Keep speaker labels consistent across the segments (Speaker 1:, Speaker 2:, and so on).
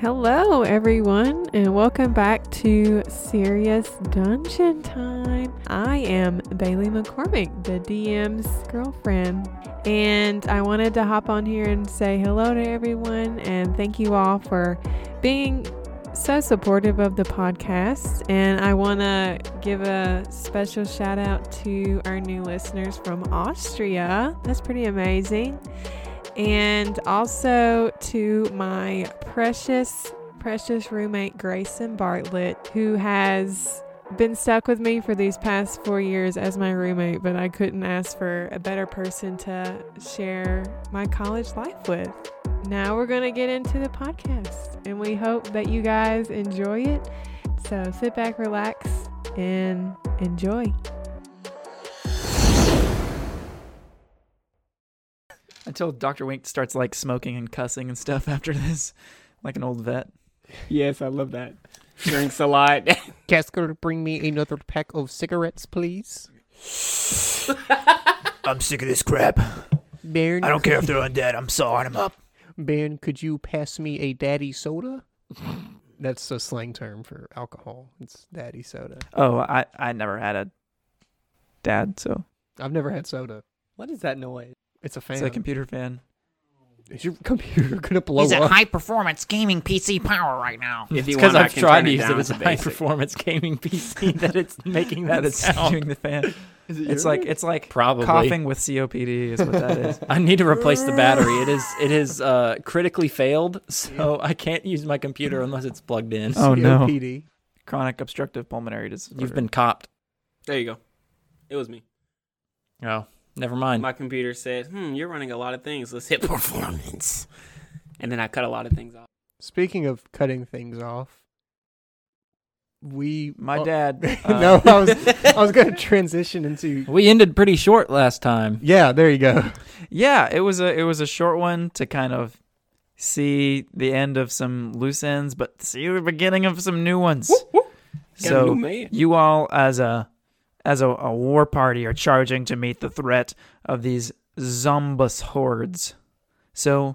Speaker 1: Hello, everyone, and welcome back to Serious Dungeon Time. I am Bailey McCormick, the DM's girlfriend, and I wanted to hop on here and say hello to everyone and thank you all for being so supportive of the podcast. And I want to give a special shout out to our new listeners from Austria. That's pretty amazing and also to my precious, precious roommate, Grayson Bartlett, who has been stuck with me for these past four years as my roommate, but I couldn't ask for a better person to share my college life with. Now we're going to get into the podcast, and we hope that you guys enjoy it. So sit back, relax, and enjoy.
Speaker 2: Until Dr. Wink starts like smoking and cussing and stuff after this, like an old vet.
Speaker 3: Yes, I love that. Drinks a lot.
Speaker 4: Gasker, bring me another pack of cigarettes, please.
Speaker 5: I'm sick of this crap.
Speaker 4: Ben,
Speaker 5: I don't care if they're undead. I'm sawing them up.
Speaker 4: Ben, could you pass me a daddy soda? That's a slang term for alcohol. It's daddy soda.
Speaker 2: Oh, I, I never had a dad, so
Speaker 4: I've never had soda.
Speaker 3: what is that noise?
Speaker 4: It's a fan.
Speaker 2: it's a computer fan.
Speaker 4: Is your computer gonna blow
Speaker 6: He's at
Speaker 4: up?
Speaker 6: high performance gaming PC power right now.
Speaker 7: If you
Speaker 3: because
Speaker 7: want, I
Speaker 3: I've
Speaker 7: can
Speaker 3: tried
Speaker 7: turn
Speaker 3: to
Speaker 7: it
Speaker 3: use it
Speaker 7: down
Speaker 3: as a
Speaker 7: to high
Speaker 3: basic.
Speaker 7: performance gaming PC that it's making that
Speaker 2: That is
Speaker 7: sound.
Speaker 2: doing the fan. It's like it's like
Speaker 7: Probably.
Speaker 2: coughing with COPD is what that is.
Speaker 7: I need to replace the battery. It is it is uh, critically failed, so I can't use my computer unless it's plugged in.
Speaker 2: Oh no,
Speaker 4: COPD.
Speaker 2: chronic obstructive pulmonary disorder.
Speaker 7: You've been copped.
Speaker 3: There you go. It was me.
Speaker 7: Oh, never mind.
Speaker 3: My computer said, "Hmm, you're running a lot of things. Let's hit performance." And then I cut a lot of things off.
Speaker 4: Speaking of cutting things off, we
Speaker 2: my
Speaker 4: uh,
Speaker 2: dad.
Speaker 4: no, I was I was gonna transition into.
Speaker 7: we ended pretty short last time.
Speaker 4: Yeah, there you go.
Speaker 2: Yeah, it was a it was a short one to kind of see the end of some loose ends, but see the beginning of some new ones.
Speaker 3: Got a new
Speaker 2: So
Speaker 3: man.
Speaker 2: you all, as a as a, a war party, are charging to meet the threat of these zombus hordes. So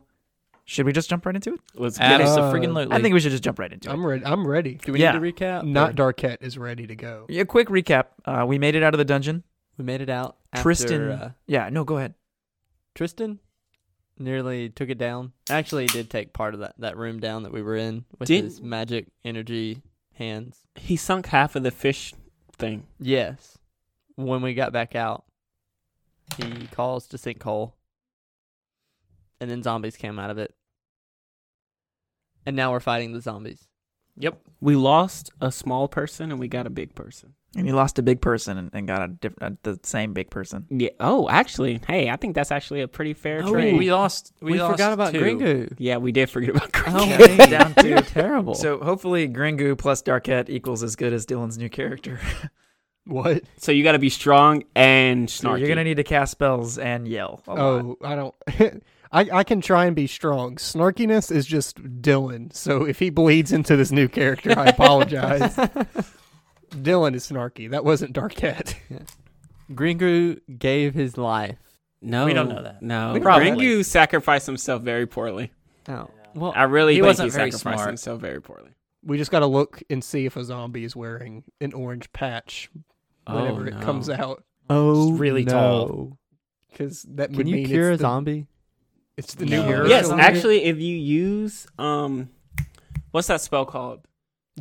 Speaker 2: should we just jump right into it?
Speaker 7: Let's
Speaker 4: get
Speaker 8: Uh,
Speaker 4: it.
Speaker 7: freaking
Speaker 2: I think we should just jump right into it.
Speaker 4: I'm ready. I'm ready.
Speaker 7: Do we
Speaker 2: yeah.
Speaker 7: need to recap?
Speaker 4: Not
Speaker 7: Or-
Speaker 4: Darkette is ready to go.
Speaker 2: A quick recap: uh, We made it out of the dungeon.
Speaker 8: We made it out. After,
Speaker 2: Tristan,
Speaker 8: uh,
Speaker 2: yeah, no, go ahead.
Speaker 8: Tristan nearly took it down. Actually, he did take part of that, that room down that we were in with
Speaker 3: Did-
Speaker 8: his magic energy hands.
Speaker 3: He sunk half of the fish thing.
Speaker 8: Yes. When we got back out, he caused a sinkhole. And then zombies came out of it. And now we're fighting the zombies.
Speaker 3: Yep. We lost a small person and we got a big person.
Speaker 2: And you lost a big person and, and got a different, uh, the same big person.
Speaker 3: Yeah. Oh, actually, hey, I think that's actually a pretty fair
Speaker 7: Oh,
Speaker 3: trade.
Speaker 7: we lost. We,
Speaker 8: We,
Speaker 7: lost
Speaker 8: forgot about
Speaker 7: two.
Speaker 8: Gringo.
Speaker 3: yeah, we did forget about Gringo.
Speaker 8: Oh,
Speaker 2: Okay.
Speaker 8: man,
Speaker 2: Down
Speaker 8: you're
Speaker 2: two.
Speaker 8: terrible.
Speaker 2: So hopefully, Gringu plus Darkette equals as good as Dylan's new character.
Speaker 4: What?
Speaker 3: So you got to be strong and
Speaker 2: So
Speaker 3: snarky.
Speaker 2: you're gonna need to cast spells and yell. A lot.
Speaker 4: Oh, I don't. I, I can try and be strong. Snarkiness is just Dylan. So if he bleeds into this new character, I apologize. Dylan is snarky. That wasn't Darkette.
Speaker 8: Gringo gave his life.
Speaker 3: no,
Speaker 7: We don't know that.
Speaker 3: No,
Speaker 7: We Um, probably-
Speaker 3: Gringu sacrificed himself very poorly.
Speaker 8: Oh. Well,
Speaker 3: I really
Speaker 7: He
Speaker 3: think
Speaker 7: wasn't
Speaker 3: he
Speaker 7: very
Speaker 3: sacrificed
Speaker 7: smart.
Speaker 3: himself very poorly.
Speaker 4: We just got to look and see if a zombie is wearing an orange patch whenever it comes out,
Speaker 8: oh,
Speaker 7: really tall.
Speaker 4: because that
Speaker 8: Can
Speaker 4: would
Speaker 8: you
Speaker 4: mean
Speaker 8: cure a
Speaker 4: it's, the,
Speaker 8: zombie?
Speaker 4: it's the
Speaker 7: No.
Speaker 4: new hero.
Speaker 3: Yes,
Speaker 4: zombie.
Speaker 3: actually, if you use um, what's that spell called?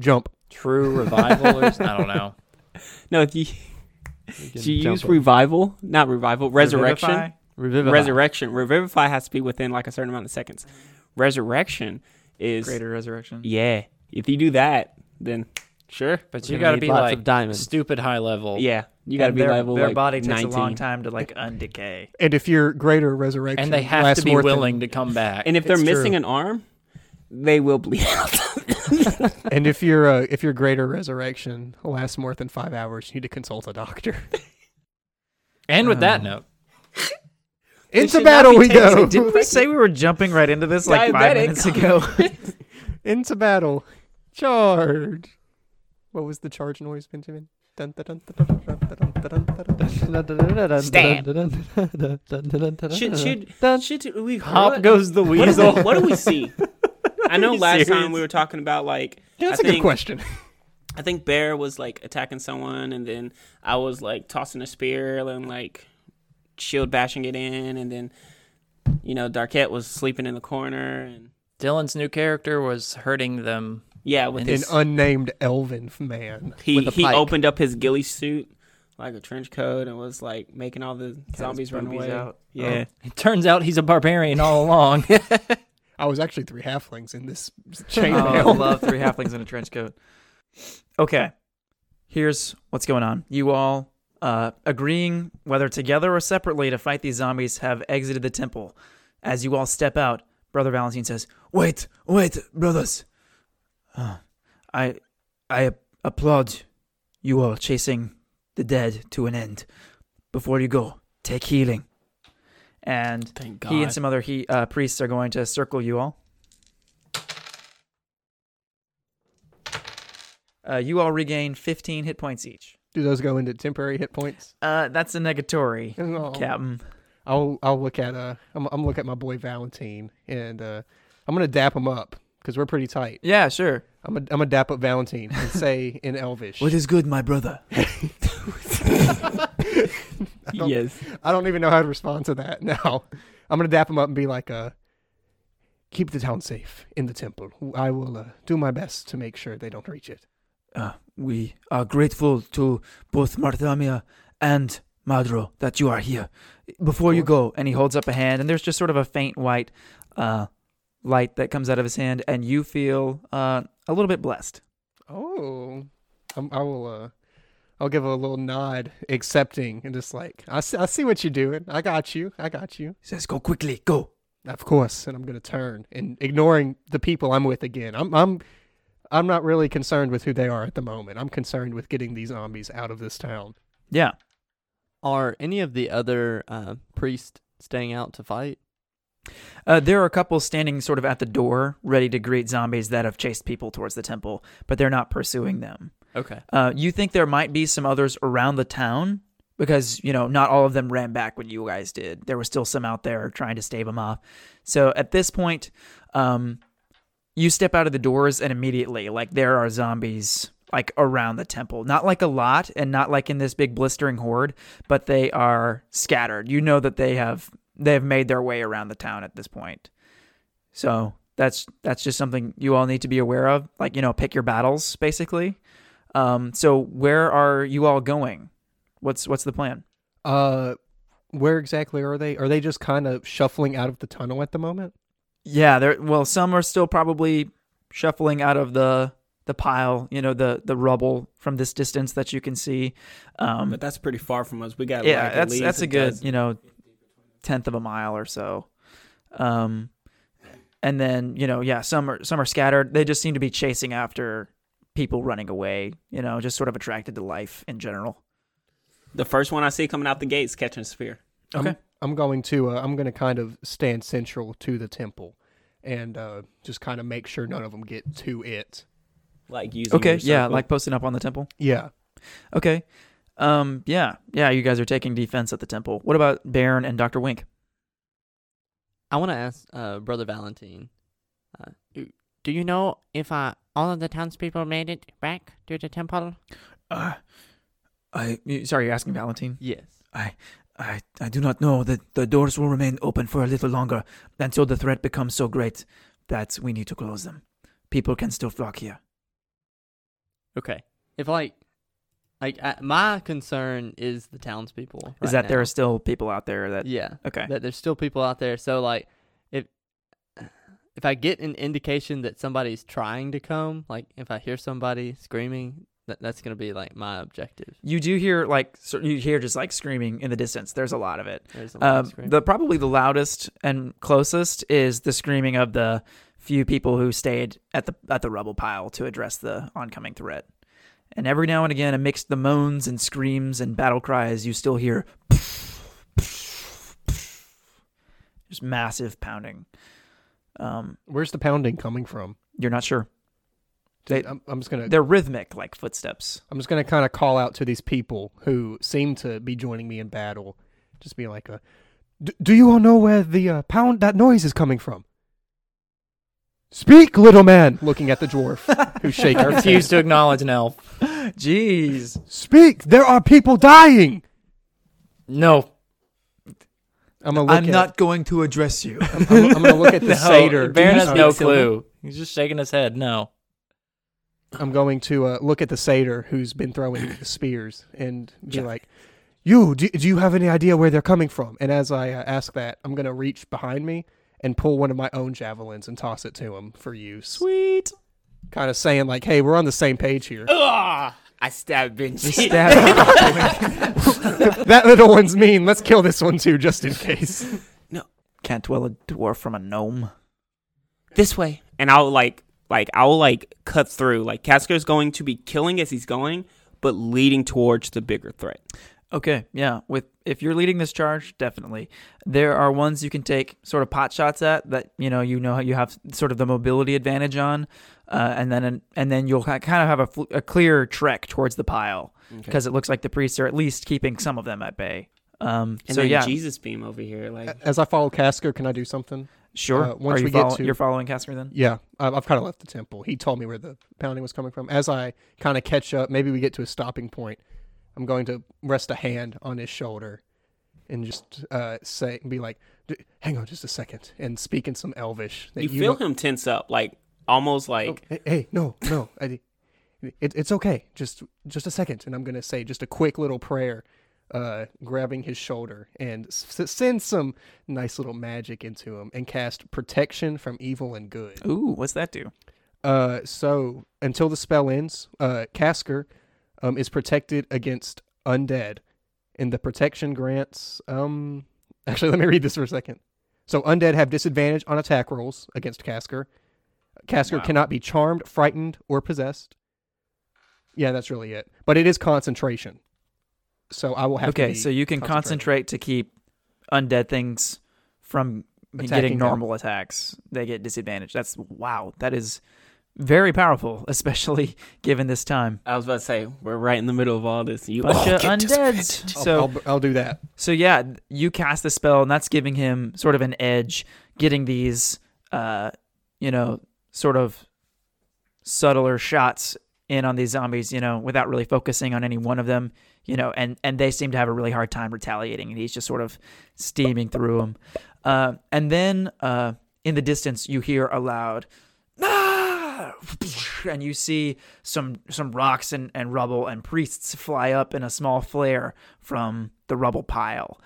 Speaker 4: jump.
Speaker 7: True revival. Or, I don't know.
Speaker 3: No, if you,
Speaker 8: You can
Speaker 3: if you
Speaker 8: jump
Speaker 3: use
Speaker 8: up.
Speaker 3: revival, not revival, resurrection.
Speaker 2: Revivify?
Speaker 8: Revivify.
Speaker 3: Resurrection. Revivify has to be within like a certain amount of seconds. Resurrection is
Speaker 2: Greater resurrection.
Speaker 3: yeah. If you do that, then sure.
Speaker 7: But
Speaker 8: You're
Speaker 7: you
Speaker 8: gonna
Speaker 7: got to
Speaker 8: need
Speaker 7: be
Speaker 8: lots
Speaker 7: like
Speaker 8: of diamonds.
Speaker 7: stupid high level.
Speaker 3: Yeah, you got to
Speaker 2: And
Speaker 3: be
Speaker 2: their,
Speaker 3: level.
Speaker 2: Their
Speaker 3: like,
Speaker 2: body takes
Speaker 3: 19.
Speaker 2: a long time to like undecay.
Speaker 4: And if you're greater resurrection,
Speaker 7: and they have
Speaker 4: lasts
Speaker 7: to be
Speaker 4: more than-
Speaker 7: willing to come back.
Speaker 3: And if they're
Speaker 4: It's true.
Speaker 3: missing an arm, they will bleed out.
Speaker 4: and if you're uh, if your greater resurrection lasts more than five hours, you need to consult a doctor.
Speaker 7: and with that
Speaker 2: Oh.
Speaker 7: note,
Speaker 3: They
Speaker 4: Into
Speaker 3: should not
Speaker 4: battle
Speaker 3: be
Speaker 4: we
Speaker 3: taking-
Speaker 4: go.
Speaker 2: Didn't we say we were jumping right into this like five
Speaker 3: Diabetic.
Speaker 2: minutes ago?
Speaker 4: Into battle. Charge. What was the charge noise, Benjamin? Dun, dun, dun, dun, dun, dun, dun, dun, dun, dun.
Speaker 8: Stab.
Speaker 3: should should should we
Speaker 7: Hop
Speaker 3: what-
Speaker 7: goes the
Speaker 3: What, do
Speaker 7: weasel.
Speaker 3: we- what do we see? I know
Speaker 7: you
Speaker 3: last time
Speaker 7: serious?
Speaker 3: we were talking about like
Speaker 4: That's
Speaker 3: I
Speaker 4: a good
Speaker 3: think-
Speaker 4: question.
Speaker 3: I think Bear was like attacking someone, and then I was like tossing a spear and like shield bashing it in, and then you know Darkette was sleeping in the corner, and
Speaker 7: Dylan's new character was hurting them.
Speaker 3: yeah, with
Speaker 7: And
Speaker 4: An
Speaker 3: his
Speaker 4: unnamed elven man.
Speaker 3: he
Speaker 8: with a
Speaker 3: he
Speaker 8: pike.
Speaker 3: opened up his ghillie suit like a trench coat and was like making all the zombies run
Speaker 8: boobies
Speaker 3: away.
Speaker 8: out.
Speaker 3: Yeah,
Speaker 7: It turns out he's a barbarian all along.
Speaker 4: I was actually three halflings in this
Speaker 2: Oh, I
Speaker 4: chainmail.
Speaker 2: love three halflings in a trench coat. Okay, here's what's going on. You all, uh, agreeing whether together or separately to fight these zombies, have exited the temple. As you all step out, Brother Valentine says, "Wait, wait, brothers. Uh, I, I applaud you all chasing the dead to an end. Before you go, take healing." And
Speaker 3: thank
Speaker 2: he and some other he uh, priests are going to circle you all. Uh, you all regain 15 hit points each.
Speaker 4: Do those go into temporary hit points?
Speaker 2: Uh, that's a negatory,
Speaker 4: No.
Speaker 2: Captain.
Speaker 4: I'll I'll look at uh I'm I'm look at my boy Valentine and uh I'm gonna dap him up because we're pretty tight.
Speaker 2: Yeah, sure.
Speaker 4: I'm gonna I'm gonna dap up Valentine and say in Elvish.
Speaker 2: What is good, my brother?
Speaker 4: don't-
Speaker 3: yes,
Speaker 4: I don't even know how to respond to that now. I'm gonna dap him up and be like, uh, keep the town safe in the temple. I will uh, do my best to make sure they don't reach it.
Speaker 5: Uh, we are grateful to both Marthamia and Madro that you are here.
Speaker 2: Before you go, and he holds up a hand, and there's just sort of a faint white uh, light that comes out of his hand, and you feel uh, a little bit blessed.
Speaker 4: Oh, I'm, I will. Uh, I'll give a little nod, accepting, and just like I see, I see what you're doing. I got you. I got you.
Speaker 5: He says, go quickly, go.
Speaker 4: Of course, and I'm gonna turn and ignoring the people I'm with again. I'm I'm I'm not really concerned with who they are at the moment. I'm concerned with getting these zombies out of this town.
Speaker 2: Yeah.
Speaker 8: Are any of the other uh, priests staying out to fight?
Speaker 2: Uh, there are a couple standing sort of at the door, ready to greet zombies that have chased people towards the temple, but they're not pursuing them.
Speaker 8: Okay.
Speaker 2: Uh, you think there might be some others around the town because you know not all of them ran back when you guys did. There were still some out there trying to stave them off. So at this point, um, you step out of the doors and immediately like there are zombies like around the temple. Not like a lot and not like in this big blistering horde, but they are scattered. You know that they have they have made their way around the town at this point. So that's that's just something you all need to be aware of. Like you know, pick your battles basically. Um, so where are you all going? What's what's the plan?
Speaker 4: Uh, where exactly are they? Are they just kind of shuffling out of the tunnel at the moment?
Speaker 2: Yeah, there. Well, some are still probably shuffling out of the the pile. You know, the the rubble from this distance that you can see. Um,
Speaker 3: but that's pretty far from us. We got
Speaker 2: yeah,
Speaker 3: like, at
Speaker 2: that's
Speaker 3: least
Speaker 2: that's a good
Speaker 3: dozen-
Speaker 2: you know tenth of a mile or so. Um, and then you know, yeah, some are some are scattered. They just seem to be chasing after people running away. You know, just sort of attracted to life in general.
Speaker 3: The first one I see coming out the gates catching a spear.
Speaker 4: I'm-
Speaker 2: Okay.
Speaker 4: I'm, going to. Uh, I'm going to kind of stand central to the temple, and uh, just kind of make sure none of them get to it.
Speaker 3: Like using
Speaker 2: Okay,
Speaker 3: your
Speaker 2: yeah,
Speaker 3: circle.
Speaker 2: like posting up on the temple.
Speaker 4: Yeah.
Speaker 2: Okay. Um. Yeah. Yeah. You guys are taking defense at the temple. What about Baron and Doctor Wink?
Speaker 8: I want to ask uh, Brother Valentine. Uh, do you know if uh, all of the townspeople made it back to the temple?
Speaker 5: Uh, I,
Speaker 2: You, sorry, you're asking Valentine.
Speaker 8: Yes.
Speaker 5: I, I do not know that the doors will remain open for a little longer until the threat becomes so great that we need to close them. People can still flock here.
Speaker 8: Okay. If like, like I, my concern is the townspeople.
Speaker 2: Is
Speaker 8: right
Speaker 2: that there
Speaker 8: now.
Speaker 2: are still people out there that?
Speaker 8: yeah.
Speaker 2: Okay.
Speaker 8: That there's still people out there. So like, if if I get an indication that somebody's trying to come, like if I hear somebody screaming, that that's gonna be like my objective.
Speaker 2: You do hear like so you hear just like screaming in the distance. There's a lot of it.
Speaker 8: There's a lot of
Speaker 2: Um,
Speaker 8: screaming.
Speaker 2: the probably the loudest and closest is the screaming of the few people who stayed at the at the rubble pile to address the oncoming threat. And every now and again, amidst the moans and screams and battle cries, you still hear just massive pounding. Um,
Speaker 4: Where's the pounding coming from?
Speaker 2: you're not sure. They-
Speaker 4: I'm, I'm just gonna.
Speaker 2: They're rhythmic, like footsteps.
Speaker 4: I'm just gonna kind of call out to these people who seem to be joining me in battle. Just be like, uh, "D- "Do you all know where the uh, pound that noise is coming from?" Speak, little man, looking at the dwarf who's shaking.
Speaker 7: I
Speaker 4: his
Speaker 7: refuse to acknowledge an elf.
Speaker 2: Jeez.
Speaker 4: head. Speak, there are people dying.
Speaker 7: No,
Speaker 4: I'm gonna look
Speaker 2: I'm
Speaker 4: at,
Speaker 2: not going to address you.
Speaker 4: I'm, I'm gonna look at the
Speaker 7: no.
Speaker 4: satyr.
Speaker 7: Baron
Speaker 4: Do
Speaker 7: has
Speaker 4: you
Speaker 7: no
Speaker 4: speak to him?
Speaker 7: clue. He's just shaking his head. No.
Speaker 4: I'm going to uh, look at the satyr who's been throwing spears and be like, "You, do, do you have any idea where they're coming from?" And as I uh, ask that, I'm gonna reach behind me and pull one of my own javelins and toss it to him for use.
Speaker 2: Sweet.
Speaker 4: Kind of saying like, "Hey, we're on the same page here."
Speaker 3: Ugh, I stabbed Benji.
Speaker 4: that little one's mean. Let's kill this one too, just in case.
Speaker 2: Can't tell a dwarf from a gnome.
Speaker 3: this way and i'll like like i'll like cut through like casker's going to be killing as he's going but leading towards the bigger threat
Speaker 2: Okay, yeah. With if you're leading this charge, definitely there are ones you can take sort of pot shots at that you know you know you have sort of the mobility advantage on, uh, and then and then you'll ki- kind of have a, fl- a clear trek towards the pile because it looks like the priests are at least keeping some of them at bay. Um,
Speaker 3: and
Speaker 2: so
Speaker 3: then
Speaker 2: yeah,
Speaker 3: jesus beam over here like
Speaker 4: As I follow Casker, can I do something?
Speaker 2: sure.
Speaker 4: uh, once
Speaker 2: are you
Speaker 4: we get
Speaker 2: follow-
Speaker 4: to-
Speaker 2: you're following Casker then?
Speaker 4: Yeah, I- I've kind of left the temple. He told me where the pounding was coming from. As I kind of catch up, maybe we get to a stopping point. I'm going to rest a hand on his shoulder and just uh, say and be like, D- "Hang on, just a second, and speak in some Elvish. That
Speaker 3: you, Oh. feel
Speaker 4: don't- Oh,
Speaker 3: him tense up like almost like
Speaker 4: Hey, hey, no, no, I, it, it's okay. Just, just a second, and I'm gonna say just a quick little prayer, uh, grabbing his shoulder and s- send some nice little magic into him and cast protection from evil and good.
Speaker 2: Ooh, what's that do?
Speaker 4: Uh, so until the spell ends, uh, Casker um, is protected against undead, and the protection grants. Um, actually, let me read this for a second. So undead have disadvantage on attack rolls against Casker. Casker cannot be charmed, frightened, or possessed. Yeah, that's really it. But it is concentration. So I will have to
Speaker 2: Okay,
Speaker 4: be
Speaker 2: so you can
Speaker 4: concentrating.
Speaker 2: concentrate to keep undead things from
Speaker 4: Attacking
Speaker 2: getting
Speaker 4: them.
Speaker 2: normal attacks. They get disadvantaged. That's wow. That is very powerful, especially given this time.
Speaker 3: i was about to say we're right in the middle of all this you
Speaker 4: Oh,
Speaker 2: Bunch of
Speaker 3: get
Speaker 2: undeads.
Speaker 3: disadvantaged.
Speaker 2: So,
Speaker 4: I'll, I'll, I'll do that.
Speaker 2: so yeah, you cast the spell, and that's giving him sort of an edge, getting these, uh, you know, sort of subtler shots in on these zombies, you know, without really focusing on any one of them, you know, and and they seem to have a really hard time retaliating, and he's just sort of steaming through them. Uh, and then uh, in the distance, you hear a loud. "Ah!" And you see some some rocks and, and rubble and priests fly up in a small flare from the rubble pile,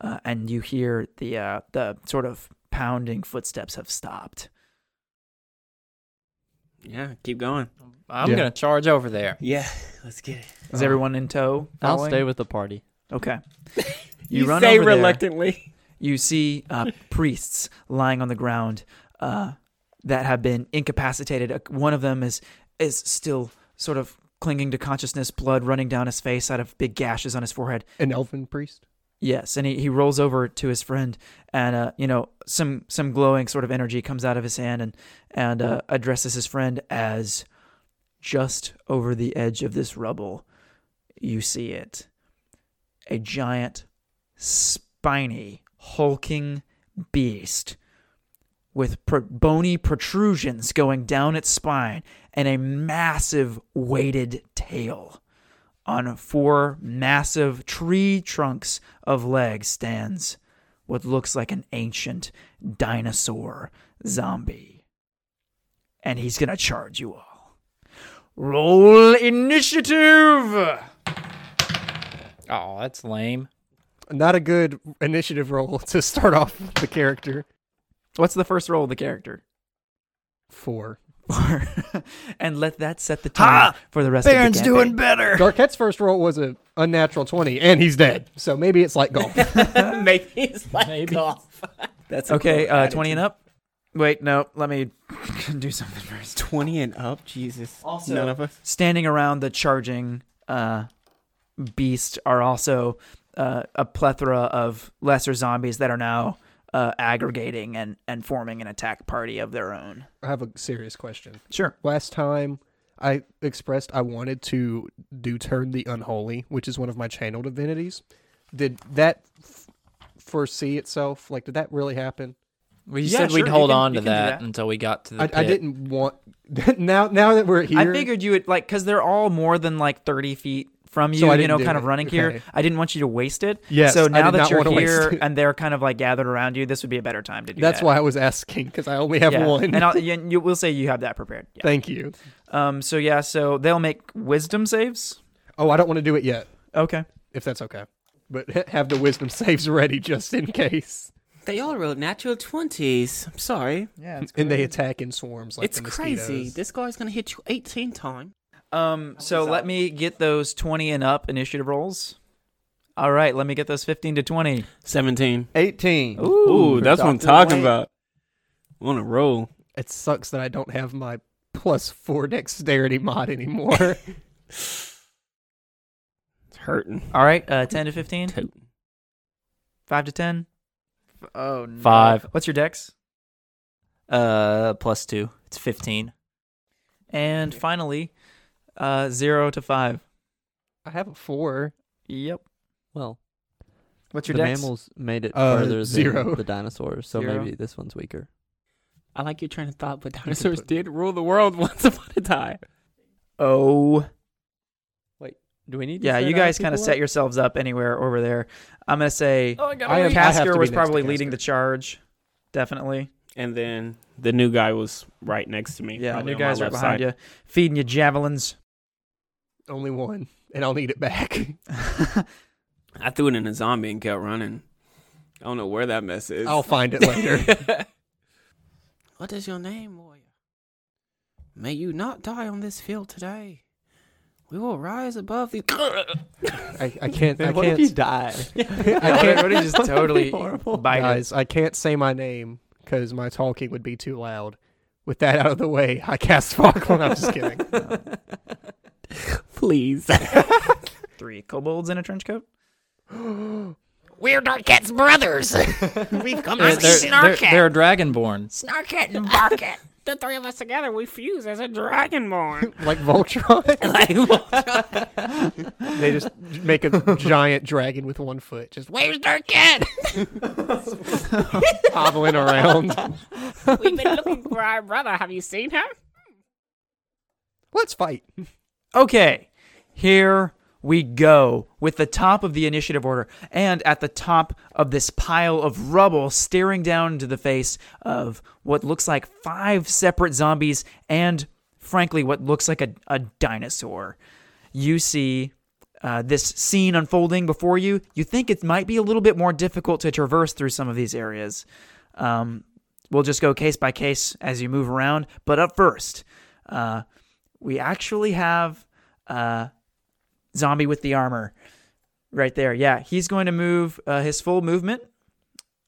Speaker 2: uh, and you hear the uh, the sort of pounding footsteps have stopped.
Speaker 3: yeah keep going
Speaker 7: I'm
Speaker 4: Yeah.
Speaker 7: gonna charge over there.
Speaker 3: yeah let's get it
Speaker 2: Is everyone in tow?
Speaker 8: Oh. I'll
Speaker 2: following?
Speaker 8: stay with the party.
Speaker 2: Okay.
Speaker 3: you,
Speaker 2: You run
Speaker 3: say
Speaker 2: over there.
Speaker 3: reluctantly
Speaker 2: You see uh, priests lying on the ground uh, that have been incapacitated. Uh, One of them is is still sort of clinging to consciousness, blood running down his face out of big gashes on his forehead.
Speaker 4: An elfin priest.
Speaker 2: Yes, and he, he rolls over to his friend, and uh, you know some some glowing sort of energy comes out of his hand, and and uh, addresses his friend as just over the edge of this rubble, you see it, a giant, spiny, hulking beast with pro- bony protrusions going down its spine and a massive weighted tail on four massive tree trunks of legs stands what looks like an ancient dinosaur zombie. And he's going to charge you all. Roll initiative!
Speaker 7: Oh, that's lame.
Speaker 4: Not a good initiative roll to start off the character.
Speaker 2: What's the first roll of the character?
Speaker 4: Four.
Speaker 2: Four. and let that set the tone for the rest
Speaker 5: Baron's
Speaker 2: of the campaign.
Speaker 5: doing better.
Speaker 4: Darkette's first roll was a unnatural 20, and he's dead. So maybe it's like golf.
Speaker 3: maybe it's like
Speaker 7: Maybe.
Speaker 3: golf that's a
Speaker 2: Okay,
Speaker 3: cool
Speaker 2: uh, 20
Speaker 3: attitude.
Speaker 2: and up. Wait, no, let me do something first.
Speaker 3: 20 and up jesus
Speaker 2: Also-
Speaker 3: none of us
Speaker 2: standing around the charging uh, beast are also uh, a plethora of lesser zombies that are now uh, aggregating and, and forming an attack party of their own.
Speaker 4: I have a serious question.
Speaker 2: Sure.
Speaker 4: Last time I expressed I wanted to do Turn the Unholy, which is one of my channel divinities. Did that f- foresee itself? Like, did that really happen?
Speaker 7: We
Speaker 2: Yeah,
Speaker 7: said
Speaker 2: sure,
Speaker 7: we'd
Speaker 2: you
Speaker 7: hold
Speaker 2: can-
Speaker 7: on
Speaker 2: you can
Speaker 7: to
Speaker 2: do
Speaker 7: that,
Speaker 2: that.
Speaker 7: until we got to the
Speaker 4: I,
Speaker 7: pit.
Speaker 4: I didn't want now. Now that we're here,
Speaker 2: I figured you would like because they're all more than like thirty feet from you.
Speaker 4: So I
Speaker 2: you
Speaker 4: didn't
Speaker 2: know,
Speaker 4: do
Speaker 2: kind
Speaker 4: it.
Speaker 2: of running
Speaker 4: Okay.
Speaker 2: here. I didn't want you to waste it.
Speaker 4: Yes, I
Speaker 2: So now
Speaker 4: did
Speaker 2: that
Speaker 4: not
Speaker 2: you're
Speaker 4: wanna waste
Speaker 2: here
Speaker 4: it.
Speaker 2: and they're kind of like gathered around you, this would be a better time to do
Speaker 4: that's
Speaker 2: that.
Speaker 4: why I was asking because I only have
Speaker 2: yeah.
Speaker 4: one.
Speaker 2: and I'll, you, you will say you have that prepared. Yeah.
Speaker 4: Thank you.
Speaker 2: Um. So yeah. So they'll make wisdom saves.
Speaker 4: Oh, I don't want to do it yet,
Speaker 2: Okay.
Speaker 4: if that's okay. But have the wisdom saves ready just in case.
Speaker 3: They all rolled natural twenties. I'm sorry.
Speaker 2: Yeah.
Speaker 4: and they attack in swarms like
Speaker 3: it's
Speaker 4: the
Speaker 3: crazy.
Speaker 4: mosquitoes.
Speaker 3: This guy's gonna hit you 18 times.
Speaker 2: Um, so let me get those 20 and up initiative rolls. All right, let me get those 15 to 20.
Speaker 3: 17.
Speaker 9: 18.
Speaker 3: Ooh, that's what I'm
Speaker 9: Dr.
Speaker 3: talking
Speaker 9: Wayne.
Speaker 3: about. On a roll.
Speaker 4: It sucks that I don't have my plus four dexterity mod anymore.
Speaker 3: It's hurting.
Speaker 2: All right, uh, 10 to 15,
Speaker 3: Tote.
Speaker 2: 5 to 10. F- Oh, no.
Speaker 7: Five.
Speaker 2: What's your dex?
Speaker 7: Uh, plus two. It's fifteen.
Speaker 2: And finally, uh, 0 to 5.
Speaker 4: I have a four.
Speaker 2: Yep.
Speaker 8: Well,
Speaker 2: What's
Speaker 8: the
Speaker 2: your dex?
Speaker 8: mammals made it
Speaker 4: Uh,
Speaker 8: further
Speaker 4: zero.
Speaker 8: than the dinosaurs, so
Speaker 2: Zero.
Speaker 8: maybe this one's weaker.
Speaker 3: I like your train of thought, but dinosaurs did rule the world once upon a time.
Speaker 2: Oh.
Speaker 8: Do we need?
Speaker 2: Yeah, you guys kind of set yourselves up anywhere over there. I'm going to say
Speaker 7: Oh, I
Speaker 4: I am- I have to
Speaker 2: Casker was
Speaker 4: be next to
Speaker 2: probably leading the
Speaker 4: Casker.
Speaker 2: charge. Definitely.
Speaker 3: And then the new guy was right next to me.
Speaker 2: Yeah,
Speaker 3: probably
Speaker 2: new
Speaker 3: on my
Speaker 2: guys right
Speaker 3: left
Speaker 2: behind
Speaker 3: side.
Speaker 2: you, feeding you javelins.
Speaker 4: Only one, and I'll need it back.
Speaker 3: I threw it in a zombie and kept running. I don't know where that mess is.
Speaker 4: I'll find it later.
Speaker 3: what is your name, warrior? May you not die on this field today. We will rise above the.
Speaker 4: I, I can't. I
Speaker 8: Man, what if you
Speaker 4: can't.
Speaker 8: die?
Speaker 4: I can't.
Speaker 2: Everybody just totally bite it.
Speaker 4: Guys, I can't say my name because my talking would be too loud. With that out of the way, I cast Falkland. I'm just kidding.
Speaker 3: Please.
Speaker 2: Three kobolds in a trench coat.
Speaker 6: We're Darkette's brothers. We've come to
Speaker 7: They're,
Speaker 6: see
Speaker 7: they're,
Speaker 6: Snarket.
Speaker 7: they're dragonborn.
Speaker 6: Snarket and Barket.
Speaker 3: the three of us together, we fuse as a dragonborn.
Speaker 4: like Voltron, they just make a giant dragon with one foot, just
Speaker 6: Where's Darket?
Speaker 4: hobbling around.
Speaker 6: We've been looking for our brother. Have you seen her?
Speaker 4: Let's fight.
Speaker 2: Okay, here we go with the top of the initiative order, and at the top of this pile of rubble, staring down into the face of what looks like five separate zombies, and frankly, what looks like a, a dinosaur. You see uh, this scene unfolding before you. You think it might be a little bit more difficult to traverse through some of these areas. Um, we'll just go case by case as you move around. But up first, uh, we actually have uh, zombie with the armor right there. Yeah, he's going to move uh, his full movement,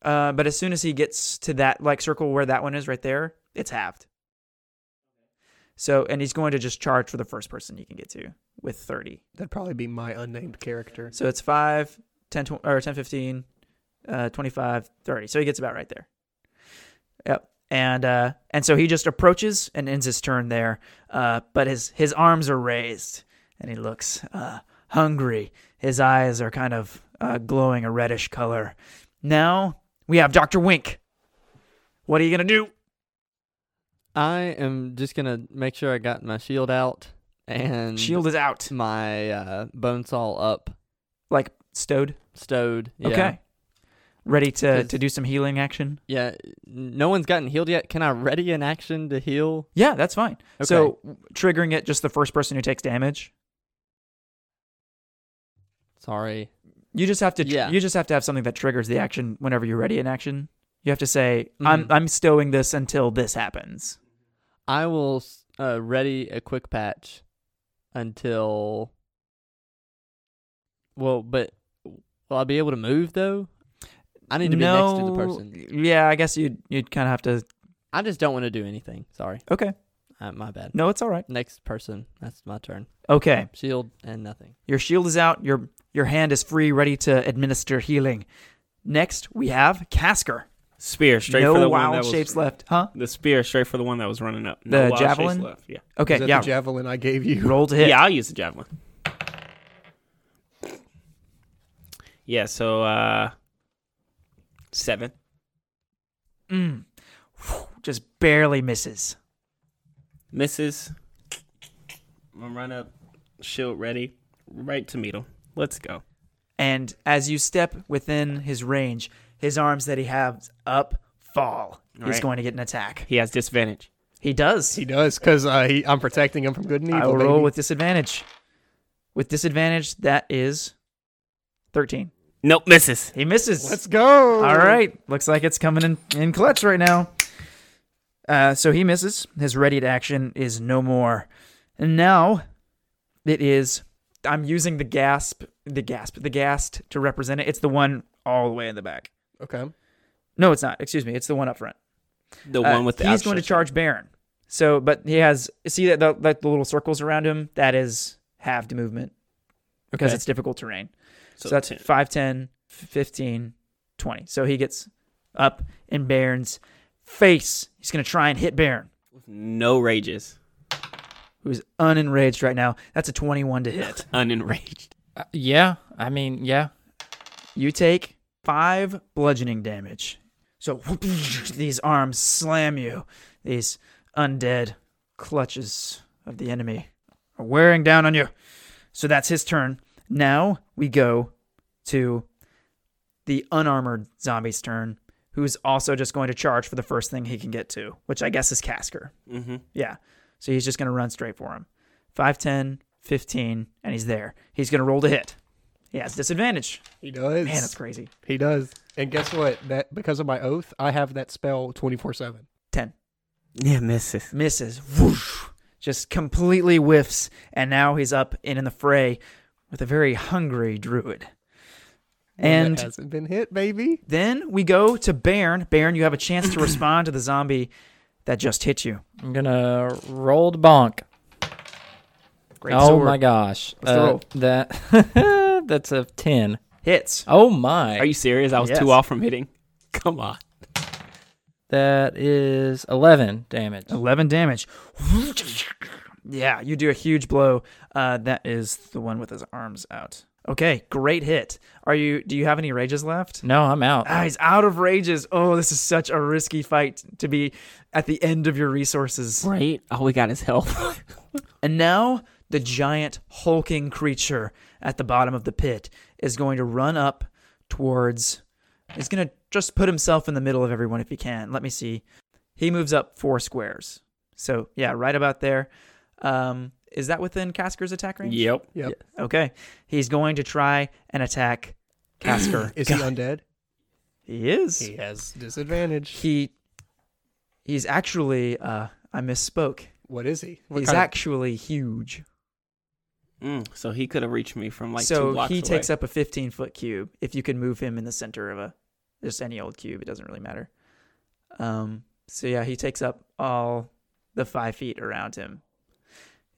Speaker 2: uh, but as soon as he gets to that like circle where that one is right there, it's halved. So, and he's going to just charge for the first person he can get to with 30.
Speaker 4: That'd probably be my unnamed character.
Speaker 2: So it's 5, 10, tw- or 10, 15, uh, 25, 30. So he gets about right there. Yep. And uh, and so he just approaches and ends his turn there. Uh, but his his arms are raised and he looks uh, hungry. His eyes are kind of uh, glowing a reddish color. Now we have Dr. Wink. What are you going to do?
Speaker 8: I am just gonna make sure I got my shield out and
Speaker 2: Shield is out.
Speaker 8: my uh, bone saw up,
Speaker 2: Like stowed.
Speaker 8: stowed. Yeah.
Speaker 2: Okay. Ready to,
Speaker 8: Because-
Speaker 2: to do some healing action?
Speaker 8: Yeah. No one's gotten healed yet. Can I ready an action to heal?
Speaker 2: Yeah, that's fine. So triggering it just the first person who takes damage.
Speaker 8: Sorry.
Speaker 2: You just have to tr-
Speaker 8: Yeah.
Speaker 2: you just have to have something that triggers the action whenever you're ready in action. You have to say
Speaker 8: Mm-hmm.
Speaker 2: I'm I'm stowing this until this happens.
Speaker 8: I will s- uh, ready a quick patch until. Well, but will I be able to move though? I need to be next to the person.
Speaker 2: Yeah, I guess you would you'd kind of have to
Speaker 8: I just don't want to do anything. Sorry.
Speaker 2: Okay.
Speaker 8: Uh, my bad.
Speaker 2: No, it's all right.
Speaker 8: Next person. That's my turn.
Speaker 2: Okay.
Speaker 8: Shield and nothing.
Speaker 2: Your shield is out. Your your hand is free ready to administer healing. Next, we have Casker.
Speaker 3: Spear straight
Speaker 2: no
Speaker 3: for the
Speaker 2: wild
Speaker 3: one that
Speaker 2: shapes
Speaker 3: was
Speaker 2: left, huh?
Speaker 3: the spear straight for the one that was running up. No
Speaker 2: The
Speaker 3: wild shapes
Speaker 2: javelin?
Speaker 3: left. Yeah.
Speaker 4: Is
Speaker 2: Okay,
Speaker 4: that
Speaker 2: yeah.
Speaker 4: the javelin I gave you?
Speaker 2: Roll to hit.
Speaker 3: Yeah, I'll use the javelin. Yeah, so uh seven.
Speaker 2: Mm. just barely misses.
Speaker 3: Mrs. I'm gonna run up, shield ready, right to meet him. Let's go.
Speaker 2: And as you step within his range, his arms that he has up fall. He's
Speaker 3: Right.
Speaker 2: going to get an attack.
Speaker 3: He has disadvantage.
Speaker 2: He does.
Speaker 4: He does because uh, he- I'm protecting him from good and evil.
Speaker 2: I will
Speaker 4: baby.
Speaker 2: roll with disadvantage. With disadvantage, that is 13.
Speaker 3: Nope, misses.
Speaker 2: He misses.
Speaker 4: Let's go.
Speaker 2: All right. Looks like it's coming in, in clutch right now. Uh, so he misses. His ready to action is no more. And now it is. I'm using the gasp, the gasp, the gast to represent it. It's the one all the way in the back.
Speaker 4: Okay.
Speaker 2: No, it's not. Excuse me. It's the one up front.
Speaker 3: The
Speaker 2: Uh,
Speaker 3: one with the
Speaker 2: he's going to
Speaker 3: outstretched-
Speaker 2: charge Baron. So, but he has see that the, like the little circles around him. That is halved movement because
Speaker 7: Okay.
Speaker 2: it's difficult terrain. So,
Speaker 3: So
Speaker 2: that's
Speaker 3: 10.
Speaker 2: 5, 10, 15, 20. So he gets up in Baron's face. He's going to try and hit Baron,
Speaker 3: No rages.
Speaker 2: who is unenraged right now. That's a 21 to hit.
Speaker 3: Unenraged.
Speaker 7: Uh, yeah, I mean, yeah.
Speaker 2: You take five bludgeoning damage. So these arms slam you. These undead clutches of the enemy are wearing down on you. So that's his turn. Now we go to the unarmored zombie's turn, who's also just going to charge for the first thing he can get to, which I guess is Casker.
Speaker 3: Mm-hmm.
Speaker 2: Yeah. So he's just going to run straight for him. 5, 10, 15, and he's there. He's going to roll to hit. He has disadvantage.
Speaker 4: He does.
Speaker 2: Man, that's crazy.
Speaker 4: he does. And guess what? That because of my oath, I have that spell 24 seven.
Speaker 3: Yeah, misses.
Speaker 2: misses, whoosh, just completely whiffs, and now he's up and in the fray with a very hungry druid. And
Speaker 4: hasn't been hit, baby.
Speaker 2: then we go to Bairn. Bairn, you have a chance to respond to the zombie that just hit you.
Speaker 7: I'm gonna roll the bonk.
Speaker 2: Great
Speaker 7: oh
Speaker 2: sword.
Speaker 7: my gosh, Uh,
Speaker 2: What's the roll?
Speaker 7: that that's a ten.
Speaker 2: Hits.
Speaker 7: Oh my,
Speaker 3: Are you serious? I was
Speaker 2: Yes.
Speaker 3: two off from hitting. Come on.
Speaker 7: that is eleven damage.
Speaker 2: 11 damage. Yeah, you do a huge blow. Uh, that is the one with his arms out. Okay, great hit. Are you? Do you have any rages left?
Speaker 7: No, I'm out.
Speaker 2: Ah, he's out of rages. Oh, this is such a risky fight to be at the end of your resources.
Speaker 3: Right? All we got is help.
Speaker 2: And now the giant hulking creature at the bottom of the pit is going to run up towards. He's going to just put himself in the middle of everyone if he can. Let me see. He moves up four squares. So, yeah, right about there. Um, is that within Casker's attack range?
Speaker 3: yep.
Speaker 2: Okay. He's going to try and attack Casker.
Speaker 4: Is he undead?
Speaker 2: he is.
Speaker 4: has disadvantage.
Speaker 2: he he's actually uh i misspoke
Speaker 4: What is he? What
Speaker 2: he's
Speaker 4: kind of-
Speaker 2: actually huge
Speaker 3: Mm, so he could have reached me from like two
Speaker 2: so
Speaker 3: blocks
Speaker 2: he
Speaker 3: away.
Speaker 2: takes up a 15 foot cube if you can move him in the center of a just any old cube it doesn't really matter um so yeah he takes up all the five feet around him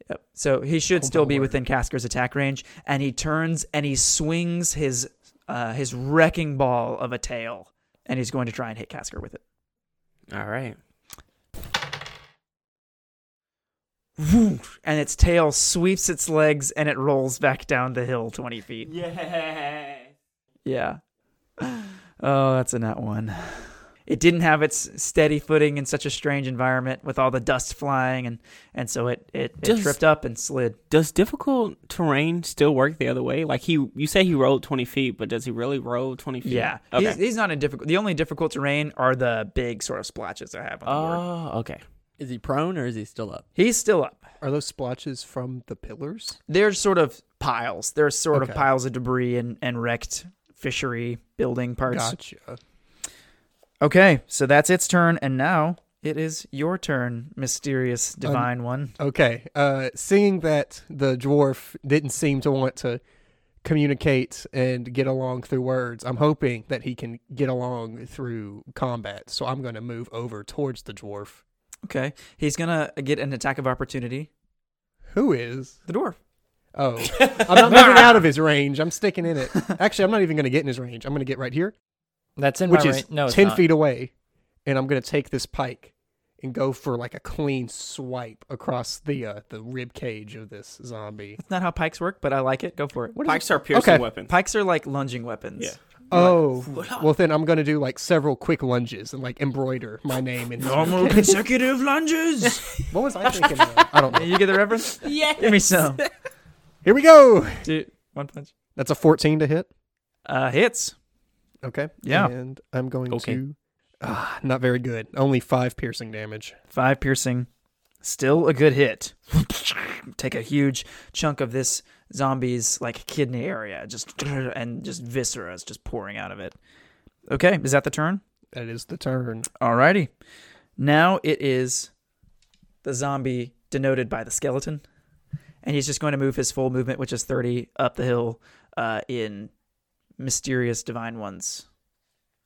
Speaker 2: yep so he should
Speaker 4: Oh,
Speaker 2: still
Speaker 4: my
Speaker 2: be
Speaker 4: word.
Speaker 2: within casker's attack range and he turns and he swings his uh his wrecking ball of a tail and he's going to try and hit casker with it
Speaker 3: All right.
Speaker 2: Whoosh, and its tail sweeps its legs and it rolls back down the hill 20 feet.
Speaker 3: Yeah.
Speaker 2: Yeah. Oh, that's a nat one. It didn't have its steady footing in such a strange environment with all the dust flying, and, and so it, it, it
Speaker 3: Does-
Speaker 2: tripped up and slid.
Speaker 3: Does difficult terrain still work the other way? Like he, you say he rolled twenty feet, but does he really roll twenty feet?
Speaker 2: Yeah.
Speaker 3: Okay.
Speaker 2: He's, he's not in difficult. The only difficult terrain are the big sort of splotches I have on the board.
Speaker 3: Oh, okay.
Speaker 8: Is he prone or is he still up?
Speaker 2: He's still up.
Speaker 4: Are those splotches from the pillars?
Speaker 2: They're sort of piles. They're sort of
Speaker 4: Okay.
Speaker 2: piles of debris and, and wrecked fishery building parts.
Speaker 4: Gotcha.
Speaker 2: Okay, so that's its turn, and now it is your turn, mysterious divine one.
Speaker 4: Okay. Uh, seeing that the dwarf didn't seem to want to communicate and get along through words, I'm hoping that he can get along through combat. So I'm going to move over towards the dwarf,
Speaker 2: Okay, he's gonna get an attack of opportunity.
Speaker 4: who is.
Speaker 2: The dwarf.
Speaker 4: Oh, I'm not moving out of his range. I'm sticking in it. Actually, I'm not even going to get in his range. I'm going to get right here,
Speaker 7: That's in
Speaker 4: which
Speaker 7: my
Speaker 4: is
Speaker 7: range. No, it's
Speaker 4: 10
Speaker 7: not.
Speaker 4: feet away. And I'm going to take this pike and go for like a clean swipe across the uh, the rib cage of this zombie.
Speaker 2: That's not how pikes work, but I like it. Go for it.
Speaker 4: What is
Speaker 3: Pikes are piercing
Speaker 4: Okay.
Speaker 3: weapons.
Speaker 2: Pikes are like lunging weapons.
Speaker 3: Yeah.
Speaker 4: Oh, well then I'm gonna do like several quick lunges and like embroider my name in.
Speaker 5: Normal consecutive lunges.
Speaker 4: What was I thinking? of? I don't know.
Speaker 2: You get the reference?
Speaker 3: Yeah.
Speaker 2: Give me some.
Speaker 4: Here we go.
Speaker 2: Dude, one punch.
Speaker 4: That's a 14 to hit.
Speaker 2: Uh, hits.
Speaker 4: Okay.
Speaker 2: Yeah.
Speaker 4: And I'm going
Speaker 7: Okay.
Speaker 4: to. Ah, not very good. Only five piercing damage.
Speaker 2: Five piercing. Still a good hit. Take a huge chunk of this zombie's like kidney area, just and just viscera is just pouring out of it. Okay, is that the turn?
Speaker 4: That is the turn.
Speaker 2: Alrighty. Now it is the zombie denoted by the skeleton. And he's just going to move his full movement, which is 30, up the hill uh, in Mysterious Divine One's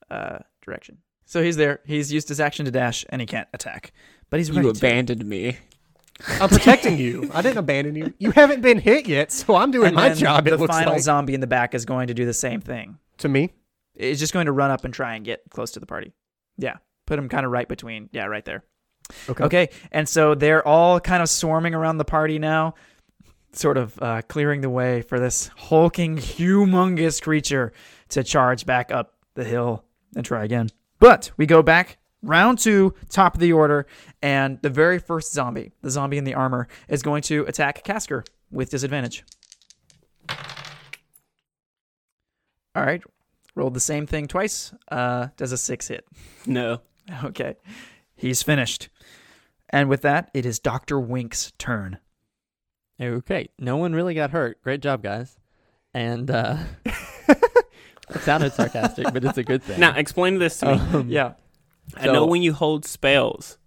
Speaker 2: uh, direction. So he's there. He's used his action to dash, and he can't attack. But he's ready
Speaker 3: You
Speaker 2: to.
Speaker 3: abandoned me.
Speaker 4: I'm protecting you. I didn't abandon you. You haven't been hit yet, so I'm doing
Speaker 2: And
Speaker 4: my
Speaker 2: then
Speaker 4: job.
Speaker 2: The
Speaker 4: It looks
Speaker 2: final
Speaker 4: like
Speaker 2: zombie in the back is going to do the same thing.
Speaker 4: to me.
Speaker 2: It's just going to run up and try and get close to the party. Yeah. Put him kind of right between. Yeah, right there.
Speaker 4: Okay.
Speaker 2: Okay. And so they're all kind of swarming around the party now, sort of uh, clearing the way for this hulking, humongous creature to charge back up the hill and try again. But we go back round two, top of the order, and the very first zombie, the zombie in the armor, is going to attack Casker with disadvantage. All right. Rolled the same thing twice. Uh, does a six hit.
Speaker 3: No.
Speaker 2: Okay. He's finished. And with that, it is Dr. Wink's turn.
Speaker 8: Okay, no one really got hurt. Great job, guys. And uh, it sounded sarcastic, but it's a good thing.
Speaker 3: Now explain this to me.
Speaker 8: Um,
Speaker 2: Yeah.
Speaker 3: I know
Speaker 8: so-
Speaker 3: when you hold spells,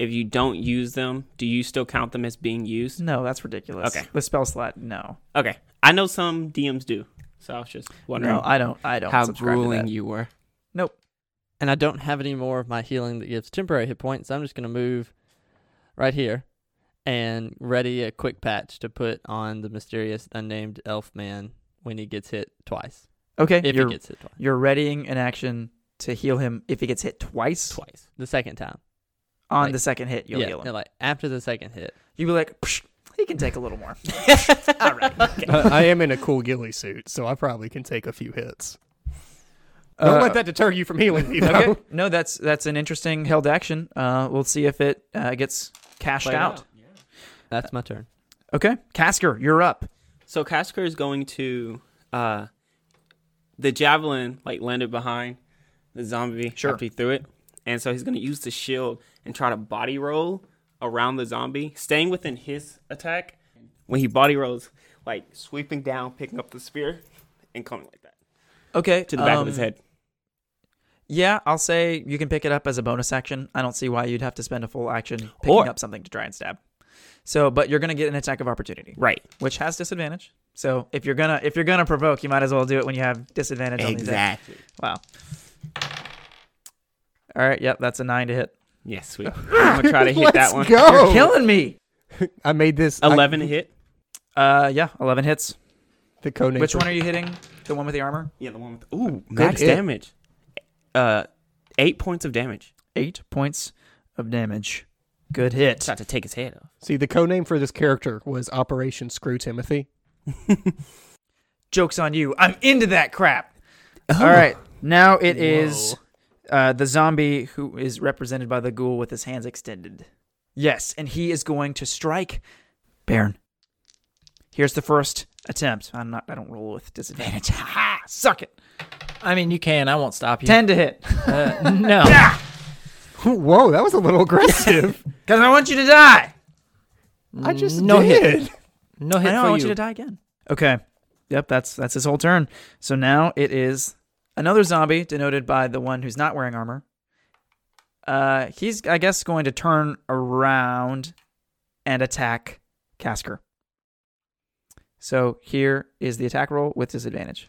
Speaker 3: if you don't use them, do you still count them as being used?
Speaker 2: No, that's ridiculous.
Speaker 3: Okay.
Speaker 2: The spell slot, no.
Speaker 3: Okay. I know some DMs do. So I was just wondering
Speaker 2: No, I don't. I don't.
Speaker 3: how
Speaker 2: subscribe to
Speaker 3: grueling
Speaker 2: that.
Speaker 3: you were.
Speaker 8: and I don't have any more of my healing that gives temporary hit points. so I'm just going to move right here and ready a quick patch to put on the mysterious unnamed elf man when he gets hit twice.
Speaker 2: Okay.
Speaker 8: If
Speaker 2: you're,
Speaker 8: he gets hit twice.
Speaker 2: you're readying an action to heal him if he gets hit twice.
Speaker 8: Twice. The second time.
Speaker 2: On
Speaker 8: Like-
Speaker 2: the second hit, you'll
Speaker 8: yeah,
Speaker 2: heal
Speaker 8: and,
Speaker 2: him.
Speaker 8: like after the second hit.
Speaker 2: You'll be like, "Psh, he can take a little more.
Speaker 3: All right.
Speaker 4: Uh, I am in a cool ghillie suit, so I probably can take a few hits. Don't
Speaker 2: Uh,
Speaker 4: let that deter you from healing me, though.
Speaker 8: Oh.
Speaker 2: Okay. No, that's that's an interesting held action. Uh, we'll see if it uh, gets cashed
Speaker 8: Played
Speaker 2: out.
Speaker 8: out. That's my turn.
Speaker 2: Okay. Casker, you're up.
Speaker 3: So Kasker is going to uh the javelin like landed behind the zombie
Speaker 2: Sure.
Speaker 3: after he threw it. And so he's gonna use the shield and try to body roll around the zombie, staying within his attack. When he body rolls, like sweeping down, picking up the spear, and coming like that.
Speaker 2: Okay.
Speaker 3: To the back of his
Speaker 2: um,
Speaker 3: head.
Speaker 2: Yeah, I'll say you can pick it up as a bonus action. I don't see why you'd have to spend a full action picking
Speaker 3: Or-
Speaker 2: up something to try and stab. So, but you're gonna get an attack of opportunity,
Speaker 3: Right.
Speaker 2: which has disadvantage. So if you're gonna if you're gonna provoke, you might as well do it when you have disadvantage on these. attacks.
Speaker 3: Exactly.
Speaker 2: Wow. All right. Yep, that's a nine to hit.
Speaker 3: Yes, sweet. I'm gonna try to hit that
Speaker 4: Let's
Speaker 3: one.
Speaker 2: You're
Speaker 4: go.
Speaker 2: killing me.
Speaker 4: I made this. I-
Speaker 3: Eleven to hit.
Speaker 2: Uh, yeah, eleven hits.
Speaker 4: the code name.
Speaker 2: Which one are you hitting? The one with the armor.
Speaker 3: Yeah, the one with ooh max
Speaker 4: hit.
Speaker 3: damage. Uh, eight points of damage.
Speaker 2: Eight points of damage. Good hit.
Speaker 3: Tried to take his head off.
Speaker 4: See, the code name for this character was Operation Screw Timothy.
Speaker 2: Jokes on you. I'm into that crap. All right. Now it is uh, the zombie who is represented by the ghoul with his hands extended. Yes, and he is going to strike Baron. Here's the first attempt. I'm not. I don't roll with disadvantage. Ha! ha, Suck it.
Speaker 7: I mean, you can. I won't stop you.
Speaker 2: Ten to hit.
Speaker 7: Uh, no.
Speaker 4: Whoa, that was a little aggressive.
Speaker 2: Because I want you to die. Mm,
Speaker 4: I just
Speaker 7: No hit.
Speaker 4: did.
Speaker 7: No
Speaker 2: I
Speaker 7: hit
Speaker 2: know.
Speaker 7: for
Speaker 2: I want
Speaker 7: you.
Speaker 2: you to die again. Okay. Yep. That's that's his whole turn. So now it is another zombie denoted by the one who's not wearing armor. Uh, he's I guess going to turn around and attack Casker. So here is the attack roll with disadvantage.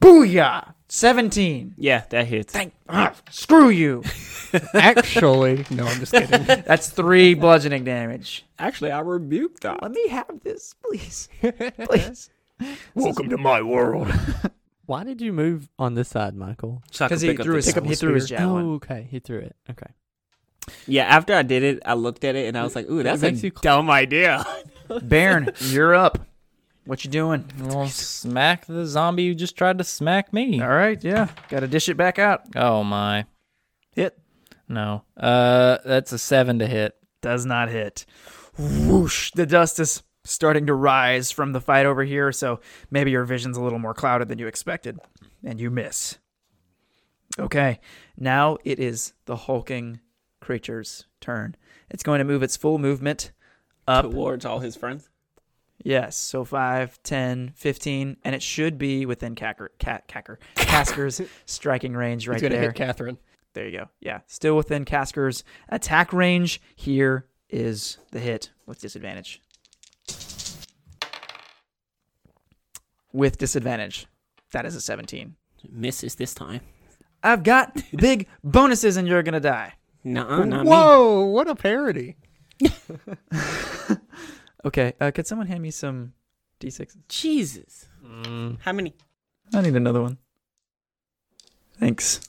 Speaker 2: Booyah! Seventeen.
Speaker 3: Yeah, that hits.
Speaker 2: Thank. ah, screw you.
Speaker 4: Actually, no, I'm just kidding.
Speaker 2: That's three bludgeoning damage.
Speaker 3: Actually, I rebuked that.
Speaker 2: Let me have this, please. Please.
Speaker 4: Welcome to my world.
Speaker 8: Why did you move on this side, Michael?
Speaker 2: Because he threw his
Speaker 4: pick up
Speaker 2: he
Speaker 4: the
Speaker 2: threw his
Speaker 4: spear.
Speaker 2: javelin.
Speaker 8: Oh, okay. He threw it. Okay.
Speaker 3: Yeah, after I did it, I looked at it and I was like, "Ooh, that's
Speaker 8: makes
Speaker 3: a
Speaker 8: you cl-
Speaker 3: dumb idea."
Speaker 2: Baron, you're up. What you doing?
Speaker 7: Well, smack the zombie who just tried to smack me.
Speaker 2: All right, yeah. Got to dish it back out.
Speaker 7: Oh my.
Speaker 2: Hit.
Speaker 7: No. Uh that's a 7 to hit.
Speaker 2: Does not hit. Whoosh. The dust is starting to rise from the fight over here, so maybe your vision's a little more clouded than you expected, and you miss. Okay, now it is the hulking creature's turn. It's going to move its full movement up
Speaker 3: towards all his friends.
Speaker 2: Yes, so 5, 10, 15, and it should be within Cacker, Cat, Cacker, Casker's striking range right
Speaker 4: He's gonna
Speaker 2: there.
Speaker 4: hit Catherine.
Speaker 2: there you go. Yeah, still within Casker's attack range. Here is the hit with disadvantage. With disadvantage. That is a 17.
Speaker 3: Misses this time.
Speaker 2: I've got big bonuses and you're going to die.
Speaker 3: Nuh-uh, not me.
Speaker 4: Whoa! What a parody.
Speaker 2: Okay, uh, could someone hand me some d6s?
Speaker 3: Jesus. How many?
Speaker 2: I need another one. Thanks.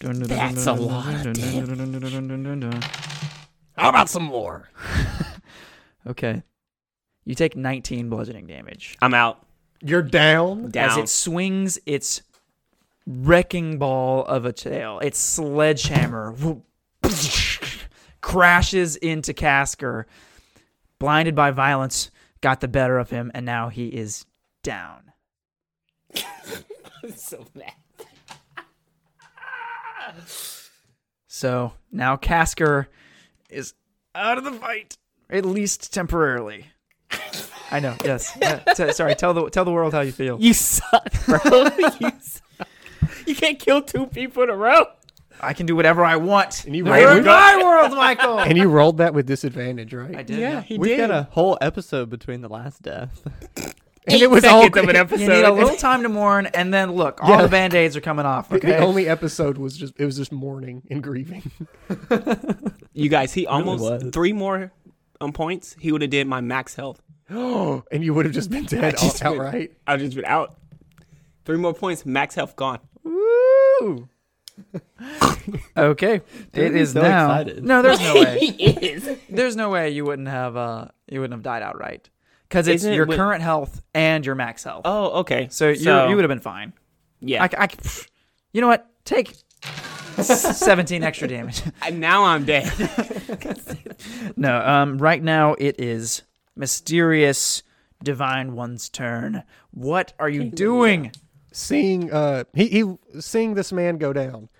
Speaker 6: That's a lot of How about some more?
Speaker 2: Okay. You take 19 bludgeoning damage.
Speaker 3: I'm out.
Speaker 4: You're down.
Speaker 2: As
Speaker 3: Down.
Speaker 2: it swings its wrecking ball of a tail, its sledgehammer whoop, crashes into Casker. Blinded by violence, got the better of him, and now he is down.
Speaker 6: so mad.
Speaker 2: So now Casker is out of the fight, at least temporarily. I know. Yes. Uh, t- sorry. Tell the tell the world how you feel.
Speaker 6: You suck, bro. you, suck. you can't kill two people in a row.
Speaker 2: I can do whatever I want.
Speaker 4: And you
Speaker 2: We're
Speaker 4: rolled,
Speaker 2: in my world, Michael.
Speaker 4: and you rolled that with disadvantage, right?
Speaker 2: I did.
Speaker 8: Yeah,
Speaker 2: yeah.
Speaker 8: he We've got a whole episode between the last death.
Speaker 4: and it was all
Speaker 6: Seconds of an episode.
Speaker 2: You need a little time to mourn, and then look, all
Speaker 4: Yeah.
Speaker 2: the band aids are coming off.
Speaker 4: The- The
Speaker 2: Okay.
Speaker 4: only episode was just it was just mourning and grieving.
Speaker 3: You guys, he almost
Speaker 7: was.
Speaker 3: three more um, points. He would have did my max health.
Speaker 4: Oh, and you would have just been dead all,
Speaker 3: just would-
Speaker 4: outright.
Speaker 3: I've just been out. Three more points, max health gone.
Speaker 4: Woo!
Speaker 2: Okay. It
Speaker 7: he's
Speaker 2: is
Speaker 7: so
Speaker 2: now.
Speaker 7: excited.
Speaker 2: No, there's no way.
Speaker 6: he is.
Speaker 2: There's no way you wouldn't have. Uh, you wouldn't have died outright because it's
Speaker 3: Isn't it
Speaker 2: your
Speaker 3: with-
Speaker 2: current health and your max health.
Speaker 3: Oh, okay.
Speaker 2: so you you would have been fine.
Speaker 3: yeah.
Speaker 2: I, c- I c- pff, you know what? Take 17 extra damage.
Speaker 3: I- now I'm dead.
Speaker 2: No, um, right now it is mysterious divine one's turn. What are you doing?
Speaker 4: Seeing uh he, he seeing this man go down.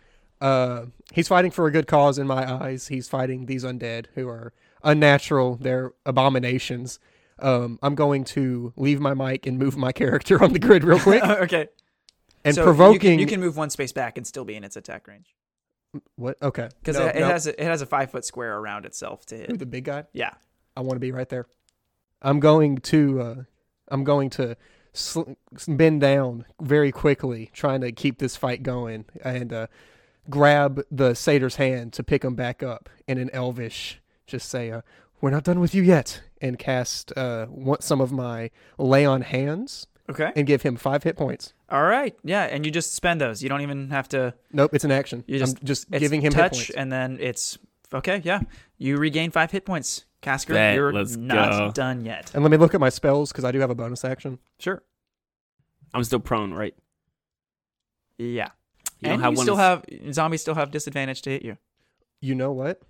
Speaker 4: Uh he's fighting for a good cause in my eyes. He's fighting these undead who are unnatural, they're abominations. Um I'm going to leave my mic and move my character on the grid real quick
Speaker 2: Oh, okay.
Speaker 4: and
Speaker 2: So you can-
Speaker 4: provoking
Speaker 2: You can, move one space back and still be in its attack range
Speaker 4: what okay.
Speaker 2: because
Speaker 4: No,
Speaker 2: it, it
Speaker 4: no.
Speaker 2: has a, it has a five foot square around itself to
Speaker 4: Ooh,
Speaker 2: hit.
Speaker 4: the big guy.
Speaker 2: Yeah.
Speaker 4: I want to be right there. I'm going to uh, I'm going to sl- bend down very quickly, trying to keep this fight going, and uh, grab the satyr's hand to pick him back up, and in Elvish just say, uh, "We're not done with you yet," and cast uh, want some of my lay on hands
Speaker 2: Okay.
Speaker 4: and give him five hit points.
Speaker 2: All right. Yeah, and you just spend those. You don't even have to.
Speaker 4: Nope, it's an action.
Speaker 2: You
Speaker 4: I'm just
Speaker 2: It's
Speaker 4: giving him hit
Speaker 2: touch,
Speaker 4: points.
Speaker 2: and then it's okay. Yeah, you regain five hit points. Casker,
Speaker 3: Bet,
Speaker 2: you're
Speaker 3: let's
Speaker 2: not
Speaker 3: go.
Speaker 2: done yet.
Speaker 4: And let me look at my spells because I do have a bonus action.
Speaker 2: Sure.
Speaker 3: I'm still prone, right?
Speaker 2: Yeah. and
Speaker 3: You don't have
Speaker 2: you
Speaker 3: one.
Speaker 2: still
Speaker 3: that's-
Speaker 2: have zombies still have disadvantage to hit you.
Speaker 4: You know what?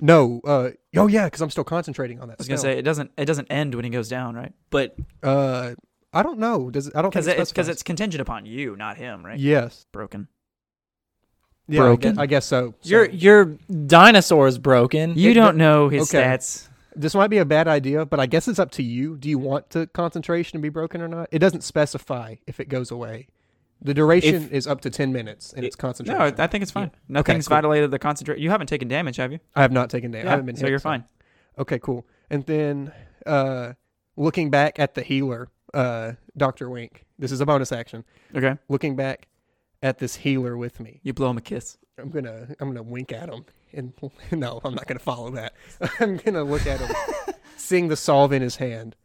Speaker 4: No. Uh, oh yeah, because I'm still concentrating on that.
Speaker 2: I was gonna
Speaker 4: spell.
Speaker 2: say it doesn't it doesn't end when he goes down, right?
Speaker 3: but
Speaker 4: Uh, I don't know. Does it, I don't
Speaker 2: Because
Speaker 4: think it
Speaker 2: it's because
Speaker 4: specifies.
Speaker 2: it's contingent upon you, not him, right?
Speaker 4: yes,
Speaker 2: Broken.
Speaker 4: yeah, I gue- I
Speaker 7: Broken.
Speaker 4: guess, so. So
Speaker 7: Your your dinosaur is broken.
Speaker 2: You don't know his
Speaker 4: okay.
Speaker 2: stats.
Speaker 4: this might be a bad idea, but I guess it's up to you. Do you want to concentration to be broken or not? It doesn't specify if it goes away. The duration is up to ten minutes, and
Speaker 3: It-
Speaker 4: it's
Speaker 2: No,
Speaker 4: concentration.
Speaker 2: I I think it's fine. Nothing's
Speaker 4: cool.
Speaker 2: violated the concentrate. You haven't taken damage, have you?
Speaker 4: I have not taken damage. I haven't been
Speaker 2: so
Speaker 4: hit,
Speaker 2: you're fine.
Speaker 4: Okay, cool. And then, uh, looking back at the healer, uh, Doctor Wink. This is a bonus action.
Speaker 2: Okay.
Speaker 4: Looking back at this healer with me.
Speaker 2: You blow him a kiss.
Speaker 4: I'm gonna I'm gonna wink at him and no, I'm not gonna follow that. I'm gonna look at him, seeing the salve in his hand,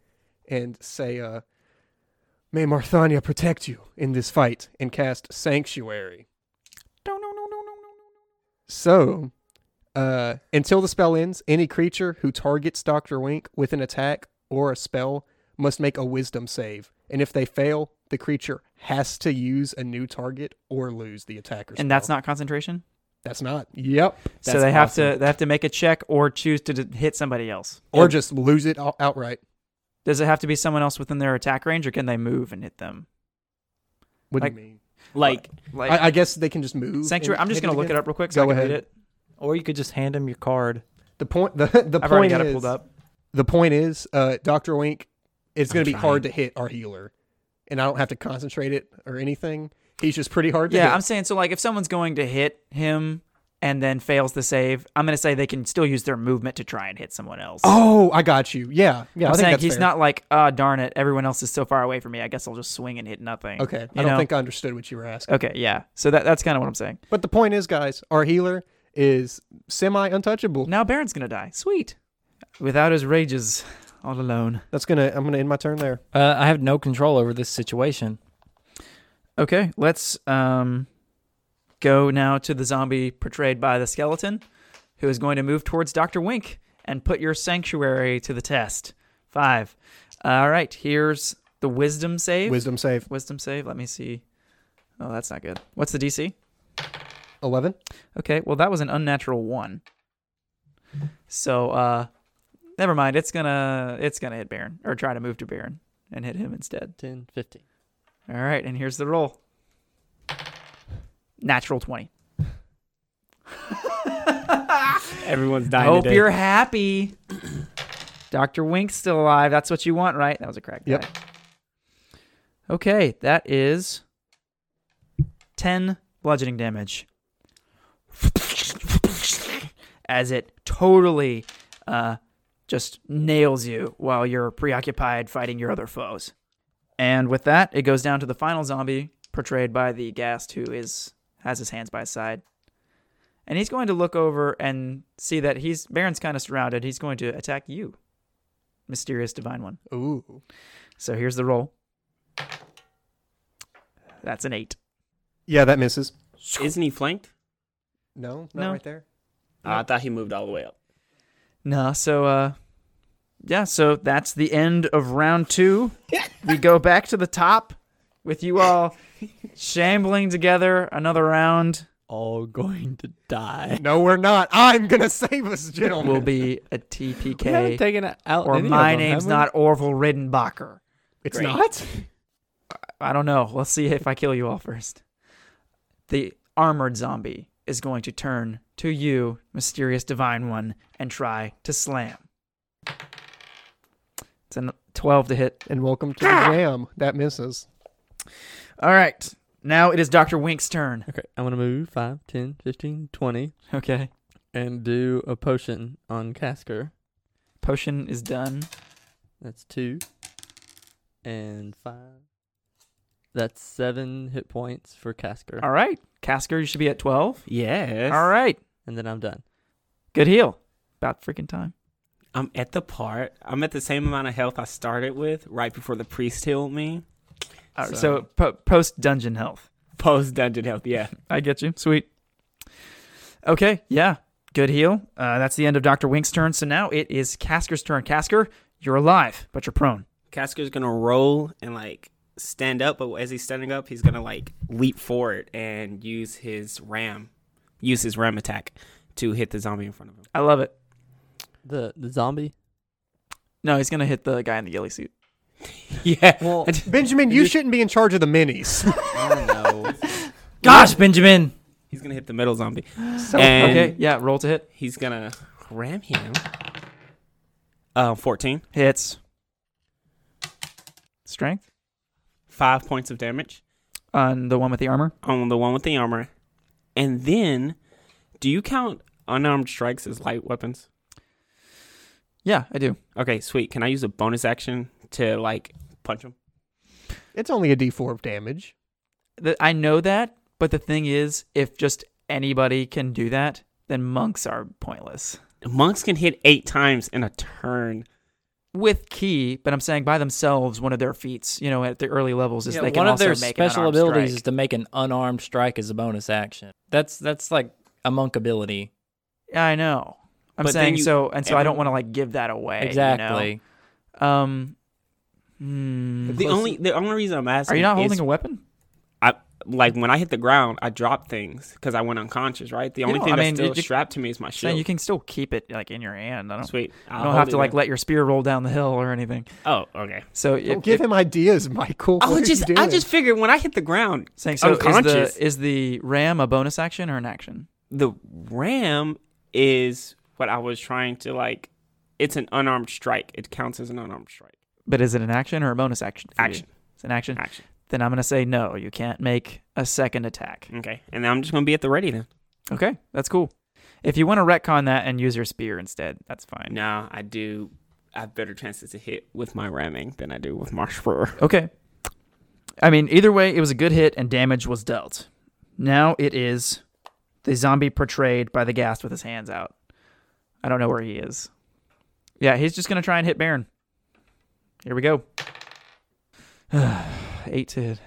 Speaker 4: and say, uh, "May Marthania protect you in this fight," and cast Sanctuary. So, uh, until the spell ends, any creature who targets Doctor Wink with an attack or a spell must make a wisdom save. And if they fail, the creature has to use a new target or lose the attacker's.
Speaker 2: and that's not concentration.
Speaker 4: That's not. Yep.
Speaker 2: so
Speaker 7: That's
Speaker 2: they have to
Speaker 7: awesome.
Speaker 2: they have to make a check or choose to d- hit somebody else.
Speaker 4: Or just lose it ou- outright.
Speaker 2: Does it have to be someone else within their attack range, or can they move and hit them?
Speaker 4: What
Speaker 2: Like-
Speaker 4: do you mean?
Speaker 3: Like
Speaker 2: Like
Speaker 4: I, I guess they can just move.
Speaker 2: sanctuary.
Speaker 4: and
Speaker 2: I'm just
Speaker 4: hit
Speaker 2: gonna look
Speaker 4: again.
Speaker 2: it up real quick. So
Speaker 4: Go
Speaker 2: I can read
Speaker 4: ahead.
Speaker 2: it.
Speaker 7: Or you could just hand him your card.
Speaker 4: The point. The, the
Speaker 2: I've already
Speaker 4: point
Speaker 2: got
Speaker 4: is,
Speaker 2: it pulled up.
Speaker 4: The point is, uh, Doctor Wink. It's going
Speaker 7: I'm
Speaker 4: to be hard to hit our healer, and I don't have to concentrate it or anything. He's just pretty hard to
Speaker 2: Yeah,
Speaker 4: hit.
Speaker 2: I'm saying so. Like, if someone's going to hit him and then fails the save, I'm gonna say they can still use their movement to try and hit someone else.
Speaker 4: oh, I got you. Yeah, yeah.
Speaker 2: I'm
Speaker 4: I think
Speaker 2: saying
Speaker 4: that's
Speaker 2: he's
Speaker 4: fair.
Speaker 2: not like, ah, darn it, everyone else is so far away from me. I guess I'll just swing and hit nothing.
Speaker 4: Okay, I
Speaker 2: you
Speaker 4: don't
Speaker 2: know?
Speaker 4: think I understood what you were asking.
Speaker 2: Okay, yeah. So that that's kind of what I'm saying.
Speaker 4: But the point is, guys, our healer is semi untouchable.
Speaker 2: Now Baron's gonna die. Sweet. Without his rages, all alone.
Speaker 4: That's gonna. I'm gonna end my turn there.
Speaker 7: Uh, I have no control over this situation.
Speaker 2: Okay, let's um go now to the zombie portrayed by the skeleton, who is going to move towards Doctor Wink and put your sanctuary to the test. Five. All right. Here's the wisdom save.
Speaker 4: Wisdom save
Speaker 2: wisdom save. Let me see. Oh, that's not good. What's the DC?
Speaker 4: eleven.
Speaker 2: Okay, well that was an unnatural one. So uh never mind, it's gonna it's gonna hit Baron. Or try to move to Baron and hit him instead.
Speaker 8: 10, 15.
Speaker 2: Alright, and here's the roll. Natural twenty.
Speaker 3: uh, everyone's dying.
Speaker 2: Hope
Speaker 3: today.
Speaker 2: you're happy. Dr. Wink's still alive. That's what you want, right? That was a crack.
Speaker 4: Yep.
Speaker 2: die. Okay, that is 10 bludgeoning damage. As it totally uh, just nails you while you're preoccupied fighting your other foes. And with that, it goes down to the final zombie, portrayed by the ghast who is has his hands by his side and he's going to look over and see that he's Baron's kind of surrounded. He's going to attack you, mysterious divine one.
Speaker 4: Ooh.
Speaker 2: So here's the roll. That's an eight.
Speaker 4: Yeah, that misses.
Speaker 3: Isn't he flanked?
Speaker 4: No, not
Speaker 2: No.
Speaker 4: right there.
Speaker 3: Ah, I thought he moved all the way up.
Speaker 2: No, so uh, yeah, so that's the end of round two. we go back to the top with you all shambling together another round.
Speaker 8: All going to die.
Speaker 4: No, we're not. I'm gonna save us, gentlemen.
Speaker 2: Will be a TPK.
Speaker 8: taken out
Speaker 2: Or my name's not Orville Ridenbacher.
Speaker 4: it's
Speaker 3: Great.
Speaker 4: not.
Speaker 2: I don't know. Let's see if I kill you all first. The armored zombie is going to turn to you, mysterious divine one, and try to slam. It's a 12 to hit.
Speaker 4: And welcome to the jam. That misses.
Speaker 2: All right. Now it is Dr. Wink's turn.
Speaker 8: Okay, I'm going to move 5, 10, 15, 20,
Speaker 2: Okay.
Speaker 8: and do a potion on Casker.
Speaker 2: Potion is done.
Speaker 8: That's 2. And 5. That's 7 hit points for Casker.
Speaker 2: All right. Casker, you should be at 12.
Speaker 3: Yes.
Speaker 2: All right.
Speaker 8: And then I'm done.
Speaker 2: Good heal. About freaking time.
Speaker 3: I'm at the part. I'm at the same amount of health I started with right before the priest healed me.
Speaker 2: All right,
Speaker 3: So-
Speaker 2: so po- post dungeon health.
Speaker 3: Post dungeon health. Yeah.
Speaker 2: I get you. Sweet. Okay, yeah. Good heal. Uh, that's the end of Dr. Wink's turn. So now it is Casker's turn. Casker, you're alive, but you're prone.
Speaker 3: Casker's gonna roll and like stand up, but as he's standing up, he's gonna like leap forward and use his ram, use his ram attack to hit the zombie in front of him.
Speaker 2: I love it.
Speaker 8: The the zombie?
Speaker 2: No, he's going to hit the guy in the ghillie suit.
Speaker 3: Yeah.
Speaker 8: Well,
Speaker 4: Benjamin, you shouldn't be in charge of the minis.
Speaker 3: Oh no.
Speaker 2: Gosh, Benjamin.
Speaker 3: He's gonna hit the middle zombie.
Speaker 4: So-
Speaker 3: and
Speaker 2: Okay, yeah, roll to hit.
Speaker 3: he's gonna ram him. Uh, 14.
Speaker 2: Hits. Strength
Speaker 3: Five points of damage.
Speaker 2: on the one with the armor.
Speaker 3: on the one with the armor. And then, do you count unarmed strikes as light weapons?
Speaker 2: Yeah, I do.
Speaker 3: Okay, sweet. Can I use a bonus action to like punch him?
Speaker 4: it's only a D4 of damage.
Speaker 2: Th- I know that, but the thing is, if just anybody can do that, then monks are pointless.
Speaker 3: Monks can hit eight times in a turn.
Speaker 2: with key, but I'm saying by themselves, one of their feats, you know, at the early levels is
Speaker 7: Yeah,
Speaker 2: they can
Speaker 7: one of
Speaker 2: also
Speaker 7: their
Speaker 2: make
Speaker 7: special
Speaker 2: an unarmed
Speaker 7: abilities is
Speaker 2: strike.
Speaker 7: to make an unarmed strike as a bonus action. That's that's like a monk ability.
Speaker 2: I know. I'm
Speaker 3: But then
Speaker 2: saying
Speaker 3: you-
Speaker 2: so, and so I don't
Speaker 3: every-
Speaker 2: want to like give that away. you know?
Speaker 7: exactly.
Speaker 2: Um, hmm.
Speaker 3: The only the only reason I'm asking
Speaker 2: Are you not
Speaker 3: is
Speaker 2: holding a weapon?
Speaker 3: like when I hit the ground, I dropped things because I went unconscious. Right. The only
Speaker 2: know,
Speaker 3: thing
Speaker 2: I
Speaker 3: that's
Speaker 2: mean,
Speaker 3: still
Speaker 2: you- you-
Speaker 3: strapped to me is my
Speaker 2: Saying
Speaker 3: shield.
Speaker 2: you can still keep it like in your hand. I don't.
Speaker 3: Sweet.
Speaker 2: You
Speaker 3: I'll
Speaker 2: don't
Speaker 3: hold
Speaker 2: have
Speaker 3: it
Speaker 2: to like
Speaker 3: then.
Speaker 2: let your spear roll down the hill or anything.
Speaker 3: Oh, okay.
Speaker 2: So if,
Speaker 4: Don't give
Speaker 2: if-
Speaker 4: him ideas, Michael.
Speaker 3: I was
Speaker 4: What are you
Speaker 3: just I
Speaker 4: doing?
Speaker 3: just figured when I hit the ground,
Speaker 2: saying so is the
Speaker 3: unconscious.
Speaker 2: is the ram a bonus action or an action?
Speaker 3: the ram is what I was trying to like. It's an unarmed strike. It counts as an unarmed strike.
Speaker 2: But is it an action or a bonus action? for you?
Speaker 3: Action.
Speaker 2: It's an action.
Speaker 3: Action.
Speaker 2: Then I'm gonna say no. You can't make a second attack.
Speaker 3: Okay. And then I'm just gonna be at the ready then.
Speaker 2: Okay, that's cool. If you want to retcon that and use your spear instead, that's fine.
Speaker 3: No, I do. I have better chances to hit with my ramming than I do with my spur.
Speaker 2: Okay. I mean, either way, it was a good hit and damage was dealt. Now it is the zombie portrayed by the ghast with his hands out. I don't know where he is. Yeah, he's just going to try and hit Baron. Here we go. eight to hit.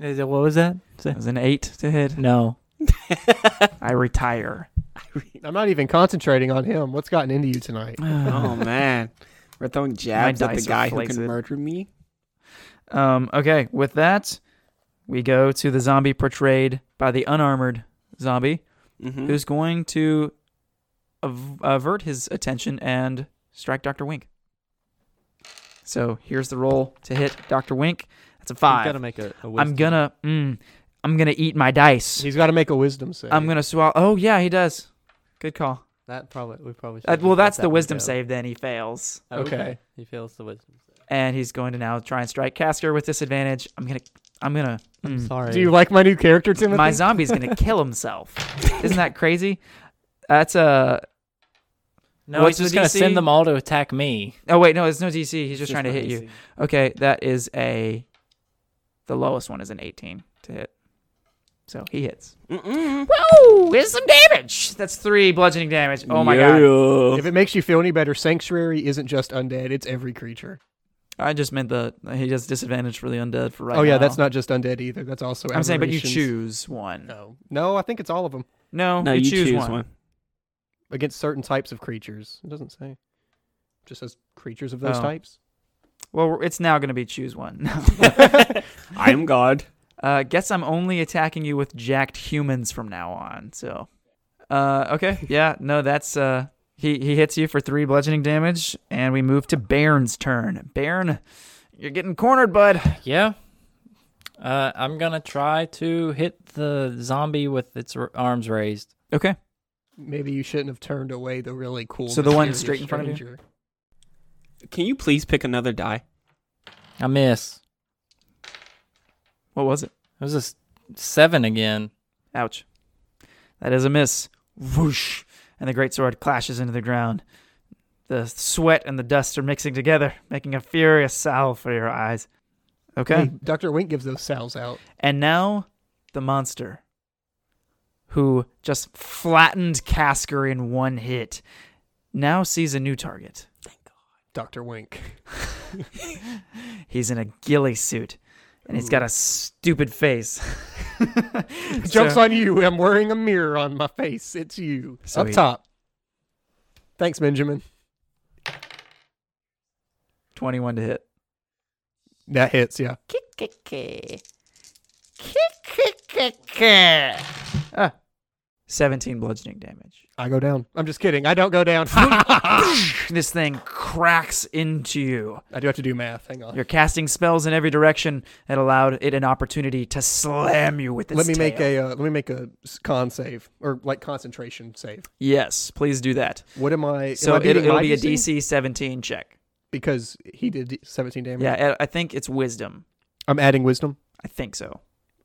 Speaker 7: Is it- What was that?
Speaker 2: That was an eight to hit.
Speaker 7: No.
Speaker 2: I retire.
Speaker 4: I'm not even concentrating on him. What's gotten into you tonight?
Speaker 3: oh man, we're throwing jabs at the
Speaker 2: dice are
Speaker 3: guy who
Speaker 2: flaccid.
Speaker 3: can murder me.
Speaker 2: Um, okay, with that, we go to the zombie portrayed by the unarmored zombie.
Speaker 3: Mm-hmm.
Speaker 2: who's going to av- avert his attention and strike Dr. Wink. So here's the roll to hit Dr. Wink. That's a
Speaker 8: You've got to
Speaker 2: five.
Speaker 8: make a, a
Speaker 2: I'm
Speaker 8: wisdom.
Speaker 2: gonna, mm, I'm gonna eat my dice.
Speaker 4: He's got to make a wisdom save.
Speaker 2: I'm gonna swallow. Oh yeah, he does. Good call.
Speaker 8: That probably we probably.
Speaker 2: Uh,
Speaker 8: should've
Speaker 2: well,
Speaker 8: let
Speaker 2: that's
Speaker 8: that
Speaker 2: the
Speaker 8: one
Speaker 2: wisdom
Speaker 8: go.
Speaker 2: save. Then he fails,
Speaker 8: Oh,
Speaker 4: Okay.
Speaker 8: He fails the wisdom.
Speaker 2: and he's going to now try and strike Casker with disadvantage. I'm gonna, I'm gonna.
Speaker 8: I'm
Speaker 2: mm.
Speaker 8: sorry.
Speaker 4: Do you like my new character, Timothy?
Speaker 2: My zombie's gonna kill himself. Isn't that crazy? That's a.
Speaker 7: No,
Speaker 2: What's
Speaker 7: he's just
Speaker 2: the
Speaker 7: gonna
Speaker 2: DC?
Speaker 7: send them all to attack me.
Speaker 2: Oh wait, no, it's no DC. He's just trying to hit you. Okay, that is a. The lowest one is an 18 to hit. So he hits.
Speaker 3: Mm-mm.
Speaker 2: Whoa! There's some damage! That's three bludgeoning damage. Oh my god.
Speaker 4: If it makes you feel any better, sanctuary isn't just undead; it's every creature.
Speaker 2: I just meant the. He has disadvantage for the undead for right
Speaker 4: oh yeah,
Speaker 2: now.
Speaker 4: that's not just undead either. That's also.
Speaker 2: I'm saying, but you
Speaker 4: aberrations.
Speaker 2: choose one.
Speaker 4: No, no, I think it's all of them
Speaker 2: No,
Speaker 3: No,
Speaker 2: you,
Speaker 3: you,
Speaker 2: choose, one.
Speaker 4: against certain types of creatures. It doesn't say. Just says creatures of those
Speaker 2: Oh.
Speaker 4: types.
Speaker 2: Well, it's now going to be choose one. No.
Speaker 3: I am God.
Speaker 2: uh, guess I'm only attacking you with jacked humans from now on. So, uh, okay, yeah, no, that's uh, he he hits you for three bludgeoning damage, and we move to Baron's turn. Baron, you're getting cornered, bud.
Speaker 7: Yeah. Uh, I'm gonna try to hit the zombie with its r- arms raised.
Speaker 2: Okay,
Speaker 4: Maybe you shouldn't have turned away the really cool.
Speaker 2: So the one
Speaker 4: mysterious
Speaker 2: straight in front of you?
Speaker 4: stranger.
Speaker 3: Can you please pick another die?
Speaker 7: I miss.
Speaker 2: what was it?
Speaker 7: It was a s- seven again.
Speaker 2: Ouch, that is a miss. Whoosh, and the great sword clashes into the ground. The sweat and the dust are mixing together, making a furious salve for your eyes. Okay.
Speaker 4: Hey, Doctor Wink gives those sows out.
Speaker 2: And now the monster who just flattened Casker in one hit now sees a new target.
Speaker 4: Doctor Wink.
Speaker 2: He's in a ghillie suit and he's got a stupid face.
Speaker 4: Jokes
Speaker 2: So-
Speaker 4: on you! I'm wearing a mirror on my face. It's you
Speaker 2: So
Speaker 4: up
Speaker 2: he-
Speaker 4: top. Thanks, Benjamin.
Speaker 2: 21 to hit.
Speaker 4: That hits. Yeah.
Speaker 2: Ah. 17 bludgeoning damage.
Speaker 4: I go down. I'm just kidding. I don't go down.
Speaker 2: This thing cracks into you.
Speaker 4: I do have to do math. Hang on.
Speaker 2: You're casting spells in every direction that allowed it an opportunity to slam you with its
Speaker 4: let me make
Speaker 2: tail.
Speaker 4: a uh, let me make a s- con save or like concentration save.
Speaker 2: Yes, please do that.
Speaker 4: What am I? am
Speaker 2: So
Speaker 4: I
Speaker 2: it,
Speaker 4: beating
Speaker 2: it'll
Speaker 4: my
Speaker 2: be a DC 17 check.
Speaker 4: because he did d- 17 damage.
Speaker 2: Yeah, I I think it's wisdom.
Speaker 4: I'm adding wisdom.
Speaker 2: I think so.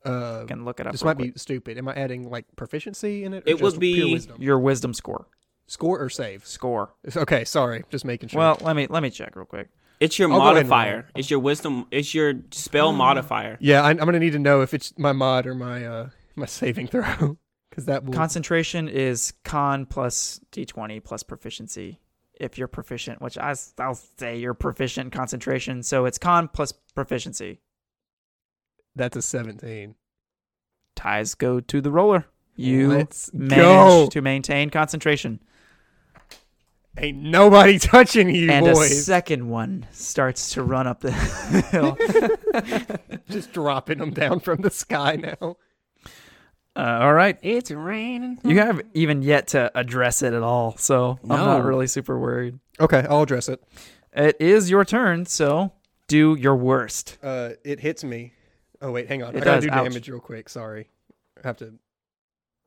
Speaker 4: Uh,
Speaker 2: I can look it up.
Speaker 4: this
Speaker 2: real
Speaker 4: might be stupid. Am I adding like proficiency in it? or
Speaker 3: It would
Speaker 4: just pure
Speaker 3: be-
Speaker 2: quick.
Speaker 4: wisdom.
Speaker 2: your wisdom score.
Speaker 4: score or saves.
Speaker 2: Score.
Speaker 4: Okay, sorry, just making sure.
Speaker 2: Well, let me let me check real quick.
Speaker 3: It's your
Speaker 4: I'll go ahead and roll.
Speaker 3: modifier. It's your wisdom. It's your spell modifier.
Speaker 4: yeah, I, I'm gonna need to know if it's my mod or my uh my saving throw because that will.
Speaker 2: Concentration is con plus d20 plus proficiency. If you're proficient, which I s- I'll say you're proficient in concentration, so it's con plus proficiency.
Speaker 4: that's a 17.
Speaker 2: Ties go to the roller. You
Speaker 4: Let's
Speaker 2: manage
Speaker 4: go.
Speaker 2: to maintain concentration.
Speaker 4: Ain't nobody touching you,
Speaker 2: and a
Speaker 4: boys.
Speaker 2: second one starts to run up the hill.
Speaker 4: Just dropping them down from the sky now.
Speaker 2: Uh, all right.
Speaker 3: It's raining.
Speaker 2: You have even yet to address it at all, so I'm
Speaker 3: No.
Speaker 2: not really super worried.
Speaker 4: Okay, I'll address it.
Speaker 2: It is your turn, so do your worst.
Speaker 4: Uh, it hits me. Oh wait, hang on.
Speaker 2: It
Speaker 4: I gotta
Speaker 2: does,
Speaker 4: do
Speaker 2: ouch.
Speaker 4: damage real quick. Sorry, I have to.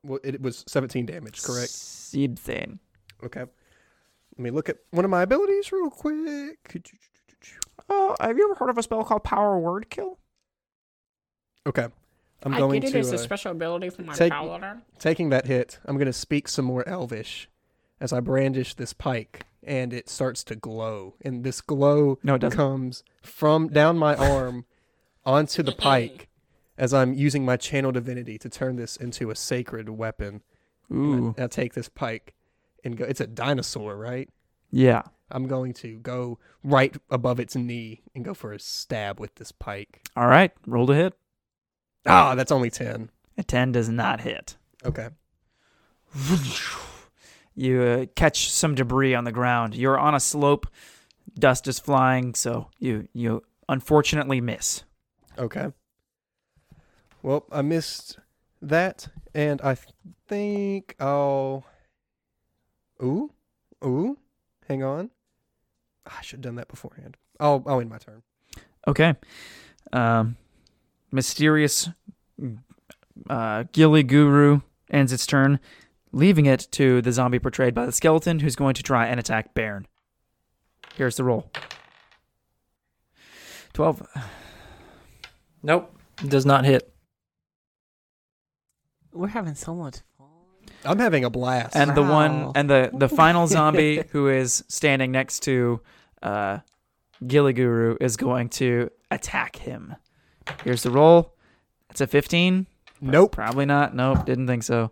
Speaker 4: Well, it was 17 damage, correct?
Speaker 2: Something.
Speaker 4: Okay. Let me look at one of my abilities real quick.
Speaker 2: Oh, have you ever heard of a spell called Power Word Kill?
Speaker 4: Okay. I'm
Speaker 6: I
Speaker 4: going
Speaker 6: get it
Speaker 4: to
Speaker 6: as a
Speaker 4: uh,
Speaker 6: special ability from my
Speaker 4: take-
Speaker 6: paladin.
Speaker 4: taking that hit. I'm going to speak some more Elvish as I brandish this pike, and it starts to glow. And this glow
Speaker 2: No, it doesn't.
Speaker 4: comes from down my arm onto the pike as I'm using my channel divinity to turn this into a sacred weapon. And I-
Speaker 2: Ooh,
Speaker 4: I, take this pike and go. It's a dinosaur, right?
Speaker 2: yeah.
Speaker 4: I'm going to go right above its knee and go for a stab with this pike.
Speaker 2: All right, roll to hit.
Speaker 4: Ah, that's only 10.
Speaker 2: A ten does not hit.
Speaker 4: Okay.
Speaker 2: You uh, catch some debris on the ground. You're on a slope. Dust is flying, so you you unfortunately miss.
Speaker 4: Okay. Well, I missed that, and I th- think I'll. Ooh, ooh, hang on. I should have done that beforehand. I'll I'll end my turn.
Speaker 2: Okay. Um, mysterious uh, Gilly Guru ends its turn, leaving it to the zombie portrayed by the skeleton, who's going to try and attack Baron. Here's the roll. Twelve.
Speaker 7: Nope. Does not hit.
Speaker 3: We're having so much fun.
Speaker 4: I'm having a blast.
Speaker 2: and the one
Speaker 3: Wow.
Speaker 2: and the the final zombie who is standing next to uh Gilliguru is going to attack him. Here's the roll. It's a 15.
Speaker 4: nope,
Speaker 2: Probably not. Nope, didn't think so.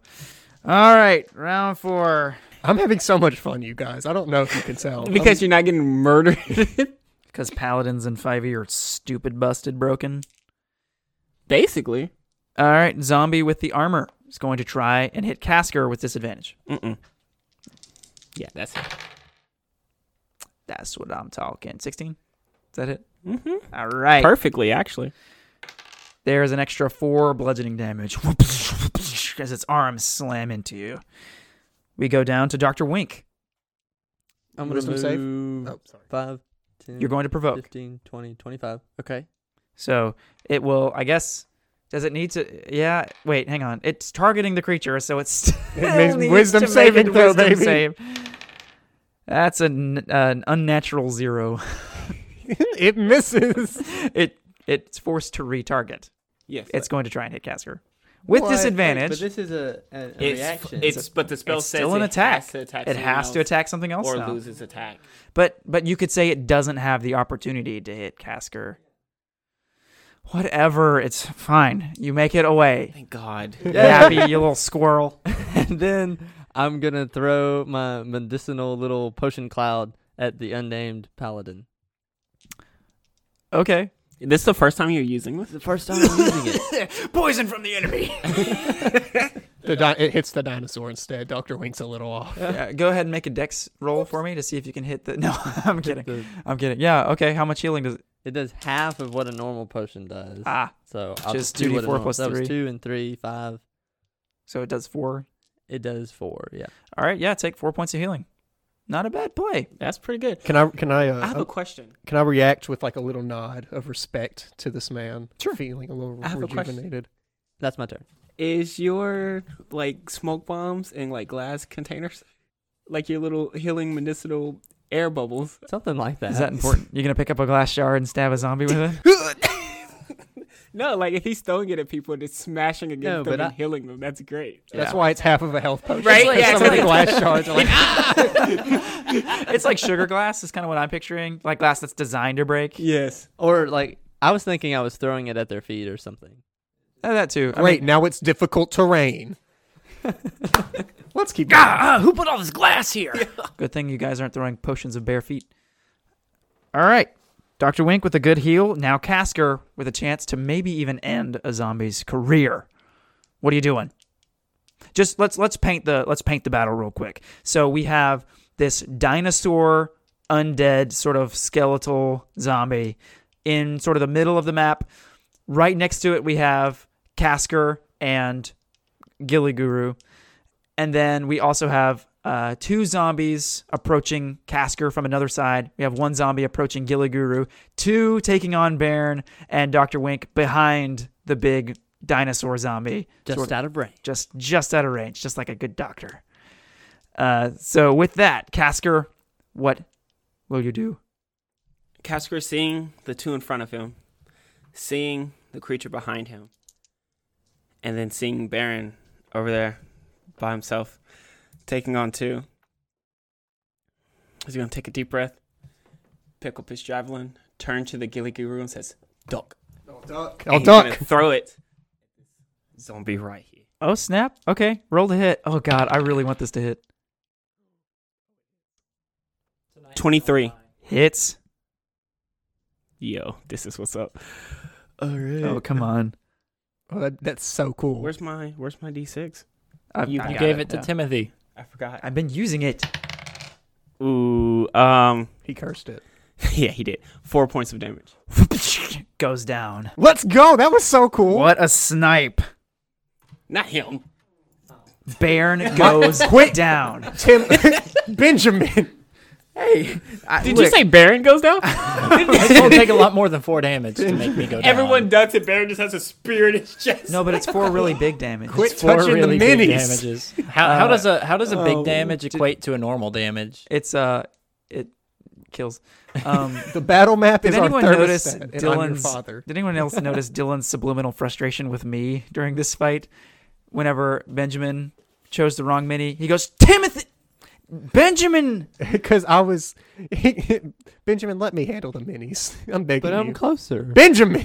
Speaker 2: All right, round 4
Speaker 4: I'm having so much fun, you guys. I don't know if you can tell.
Speaker 3: Because you're not getting murdered.
Speaker 2: cuz paladins in 5e are stupid busted broken.
Speaker 3: Basically.
Speaker 2: All right, zombie with the armor is going to try and hit Casker with disadvantage.
Speaker 3: Mm-mm. Yeah, that's it.
Speaker 2: That's what I'm talking. 16. Is that it?
Speaker 3: Mm-hmm.
Speaker 2: All right.
Speaker 3: Perfectly, actually.
Speaker 2: There's an extra four bludgeoning damage as its arms slam into you. We go down to Dr. Wink.
Speaker 8: I'm going to
Speaker 4: Wisdom
Speaker 8: move
Speaker 4: save? oh, sorry.
Speaker 8: 5, 10,
Speaker 2: You're going to provoke.
Speaker 8: 15, 20, 25. Okay.
Speaker 2: So it will, I guess, does it need to? Yeah, wait, hang on. It's targeting the creature, so it's still
Speaker 4: makes
Speaker 2: needs
Speaker 4: wisdom
Speaker 2: to make
Speaker 4: saving
Speaker 2: it
Speaker 4: throw,
Speaker 2: wisdom
Speaker 4: baby.
Speaker 2: save. That's an, an unnatural zero.
Speaker 4: it misses.
Speaker 2: It It's forced to retarget.
Speaker 3: Yes.
Speaker 2: It's going to try and hit Casker. With disadvantage,
Speaker 8: but this is a, a, a
Speaker 3: it's,
Speaker 8: reaction.
Speaker 3: it's but the spell
Speaker 2: it's
Speaker 3: says
Speaker 2: still an
Speaker 3: it
Speaker 2: attack.
Speaker 3: Has to attack
Speaker 2: it
Speaker 3: someone
Speaker 2: has to
Speaker 3: else
Speaker 2: attack something else
Speaker 3: or
Speaker 2: now.
Speaker 3: lose its attack.
Speaker 2: But but you could say it doesn't have the opportunity to hit Casker. Whatever, it's fine. You make it away.
Speaker 3: Thank God.
Speaker 2: Happy, you little squirrel.
Speaker 8: and then I'm going to throw my medicinal little potion cloud at the unnamed paladin.
Speaker 2: Okay.
Speaker 3: This is the first time you're using
Speaker 8: It's
Speaker 3: this.
Speaker 8: the first time I'm using it.
Speaker 2: Poison from the enemy.
Speaker 4: The di- it hits the dinosaur instead. Doctor Wink's a little off.
Speaker 2: Yeah, go ahead and make a dex roll for me to see if you can hit the. No, I'm kidding. I'm kidding. Yeah, okay. How much healing does it?
Speaker 8: It does half of what a normal potion does.
Speaker 2: Ah,
Speaker 8: so I'll
Speaker 2: just
Speaker 8: just, do what
Speaker 2: 2d4
Speaker 8: a normal-
Speaker 2: plus
Speaker 8: that was
Speaker 2: three.
Speaker 8: 2 and 3, 5.
Speaker 2: so it does four.
Speaker 8: It does 4, yeah.
Speaker 2: All right, yeah, take four points of healing. Not a bad play.
Speaker 3: That's pretty good.
Speaker 4: Can I can I uh,
Speaker 3: I have
Speaker 2: oh.
Speaker 3: a question.
Speaker 4: can I react with like a little nod of respect to this man?
Speaker 2: Sure.
Speaker 4: Feeling a little
Speaker 3: I have a question.
Speaker 4: rejuvenated.
Speaker 8: That's my turn.
Speaker 3: Is your like smoke bombs in like glass containers, like your little healing medicinal air bubbles?
Speaker 8: Something like that.
Speaker 2: Is that important? You're going to pick up a glass jar and stab a zombie with it?
Speaker 3: no, like if he's throwing it at people and it's smashing against
Speaker 8: No,
Speaker 3: them
Speaker 8: but
Speaker 3: and
Speaker 8: I-
Speaker 3: healing them, that's great.
Speaker 4: That's why it's half of a health potion.
Speaker 3: Right?
Speaker 4: Because
Speaker 3: Yeah,
Speaker 4: some of the
Speaker 3: exactly.
Speaker 4: glass shards are like,
Speaker 2: it's like sugar glass, is kind of what I'm picturing. Like glass that's designed to break.
Speaker 3: Yes.
Speaker 8: Or like I was thinking I was throwing it at their feet or something.
Speaker 2: Uh, that too. I
Speaker 4: Wait,
Speaker 2: mean,
Speaker 4: now it's difficult terrain. Let's keep going.
Speaker 5: who put all this glass here?
Speaker 2: good thing you guys aren't throwing potions of bare feet. All right. Dr. Wink with a good heal. Now Casker with a chance to maybe even end a zombie's career. What are you doing? Just let's let's paint the let's paint the battle real quick. So we have this dinosaur undead sort of skeletal zombie in sort of the middle of the map. Right next to it, we have Kasker and Gilly Guru. And then we also have uh, two zombies approaching Kasker from another side. We have one zombie approaching Gilly Guru, two taking on Bairn and Dr. Wink behind the big dinosaur zombie.
Speaker 8: Just
Speaker 2: sort of
Speaker 8: out of range.
Speaker 2: just just out of range, just like a good doctor. Uh, so with that, Casker, what will you do?
Speaker 3: Casker seeing the two in front of him, seeing the creature behind him, and then seeing Baron over there by himself taking on two. He's gonna take a deep breath, pick up his javelin, turn to the Gilly Guru and says, Duck.
Speaker 4: duck.
Speaker 8: Oh,
Speaker 3: And
Speaker 4: I'll
Speaker 3: he's gonna
Speaker 4: duck.
Speaker 3: Throw it. Zombie right here.
Speaker 2: Oh snap! Okay, roll the hit. Oh god, I really want this to hit.
Speaker 3: Twenty-three.
Speaker 2: Hits.
Speaker 3: Yo, this is what's up. All right.
Speaker 2: Oh come on!
Speaker 4: Oh, that, that's so cool.
Speaker 3: Where's my where's my D six?
Speaker 2: I've,
Speaker 3: You-
Speaker 2: I
Speaker 3: you
Speaker 2: got
Speaker 7: gave it to
Speaker 2: yeah.
Speaker 7: Timothy.
Speaker 3: I forgot.
Speaker 2: I've been using it.
Speaker 3: Ooh, um,
Speaker 4: he cursed it.
Speaker 3: yeah, he did. Four points of damage.
Speaker 2: Goes down.
Speaker 4: Let's go. That was so cool.
Speaker 2: What a snipe!
Speaker 3: Not him.
Speaker 2: Bairn goes down.
Speaker 4: Tim Benjamin.
Speaker 2: Hey, I,
Speaker 6: Did you say Baron goes down?
Speaker 7: It will take a lot more than four damage to make me go down.
Speaker 6: Everyone ducks and Baron just has a spear in his chest.
Speaker 2: No, but it's for really big damage.
Speaker 4: Quit
Speaker 7: Four
Speaker 4: touching
Speaker 7: really
Speaker 4: the
Speaker 7: big
Speaker 4: minis.
Speaker 7: damages. How, how does a how does a big
Speaker 3: oh,
Speaker 7: damage equate to a normal damage?
Speaker 2: It's uh, it kills. Um,
Speaker 4: The battle map
Speaker 2: Did
Speaker 4: is our
Speaker 2: anyone
Speaker 4: thermostat.
Speaker 2: notice
Speaker 4: and I'm your
Speaker 2: Dylan's?
Speaker 4: father.
Speaker 2: Did anyone else notice Dylan's subliminal frustration with me during this fight? Whenever Benjamin chose the wrong mini, he goes, "Timothy, Benjamin."
Speaker 4: Because I was Benjamin. Let me handle the minis. I'm begging
Speaker 8: But
Speaker 4: you,
Speaker 8: I'm closer.
Speaker 4: Benjamin.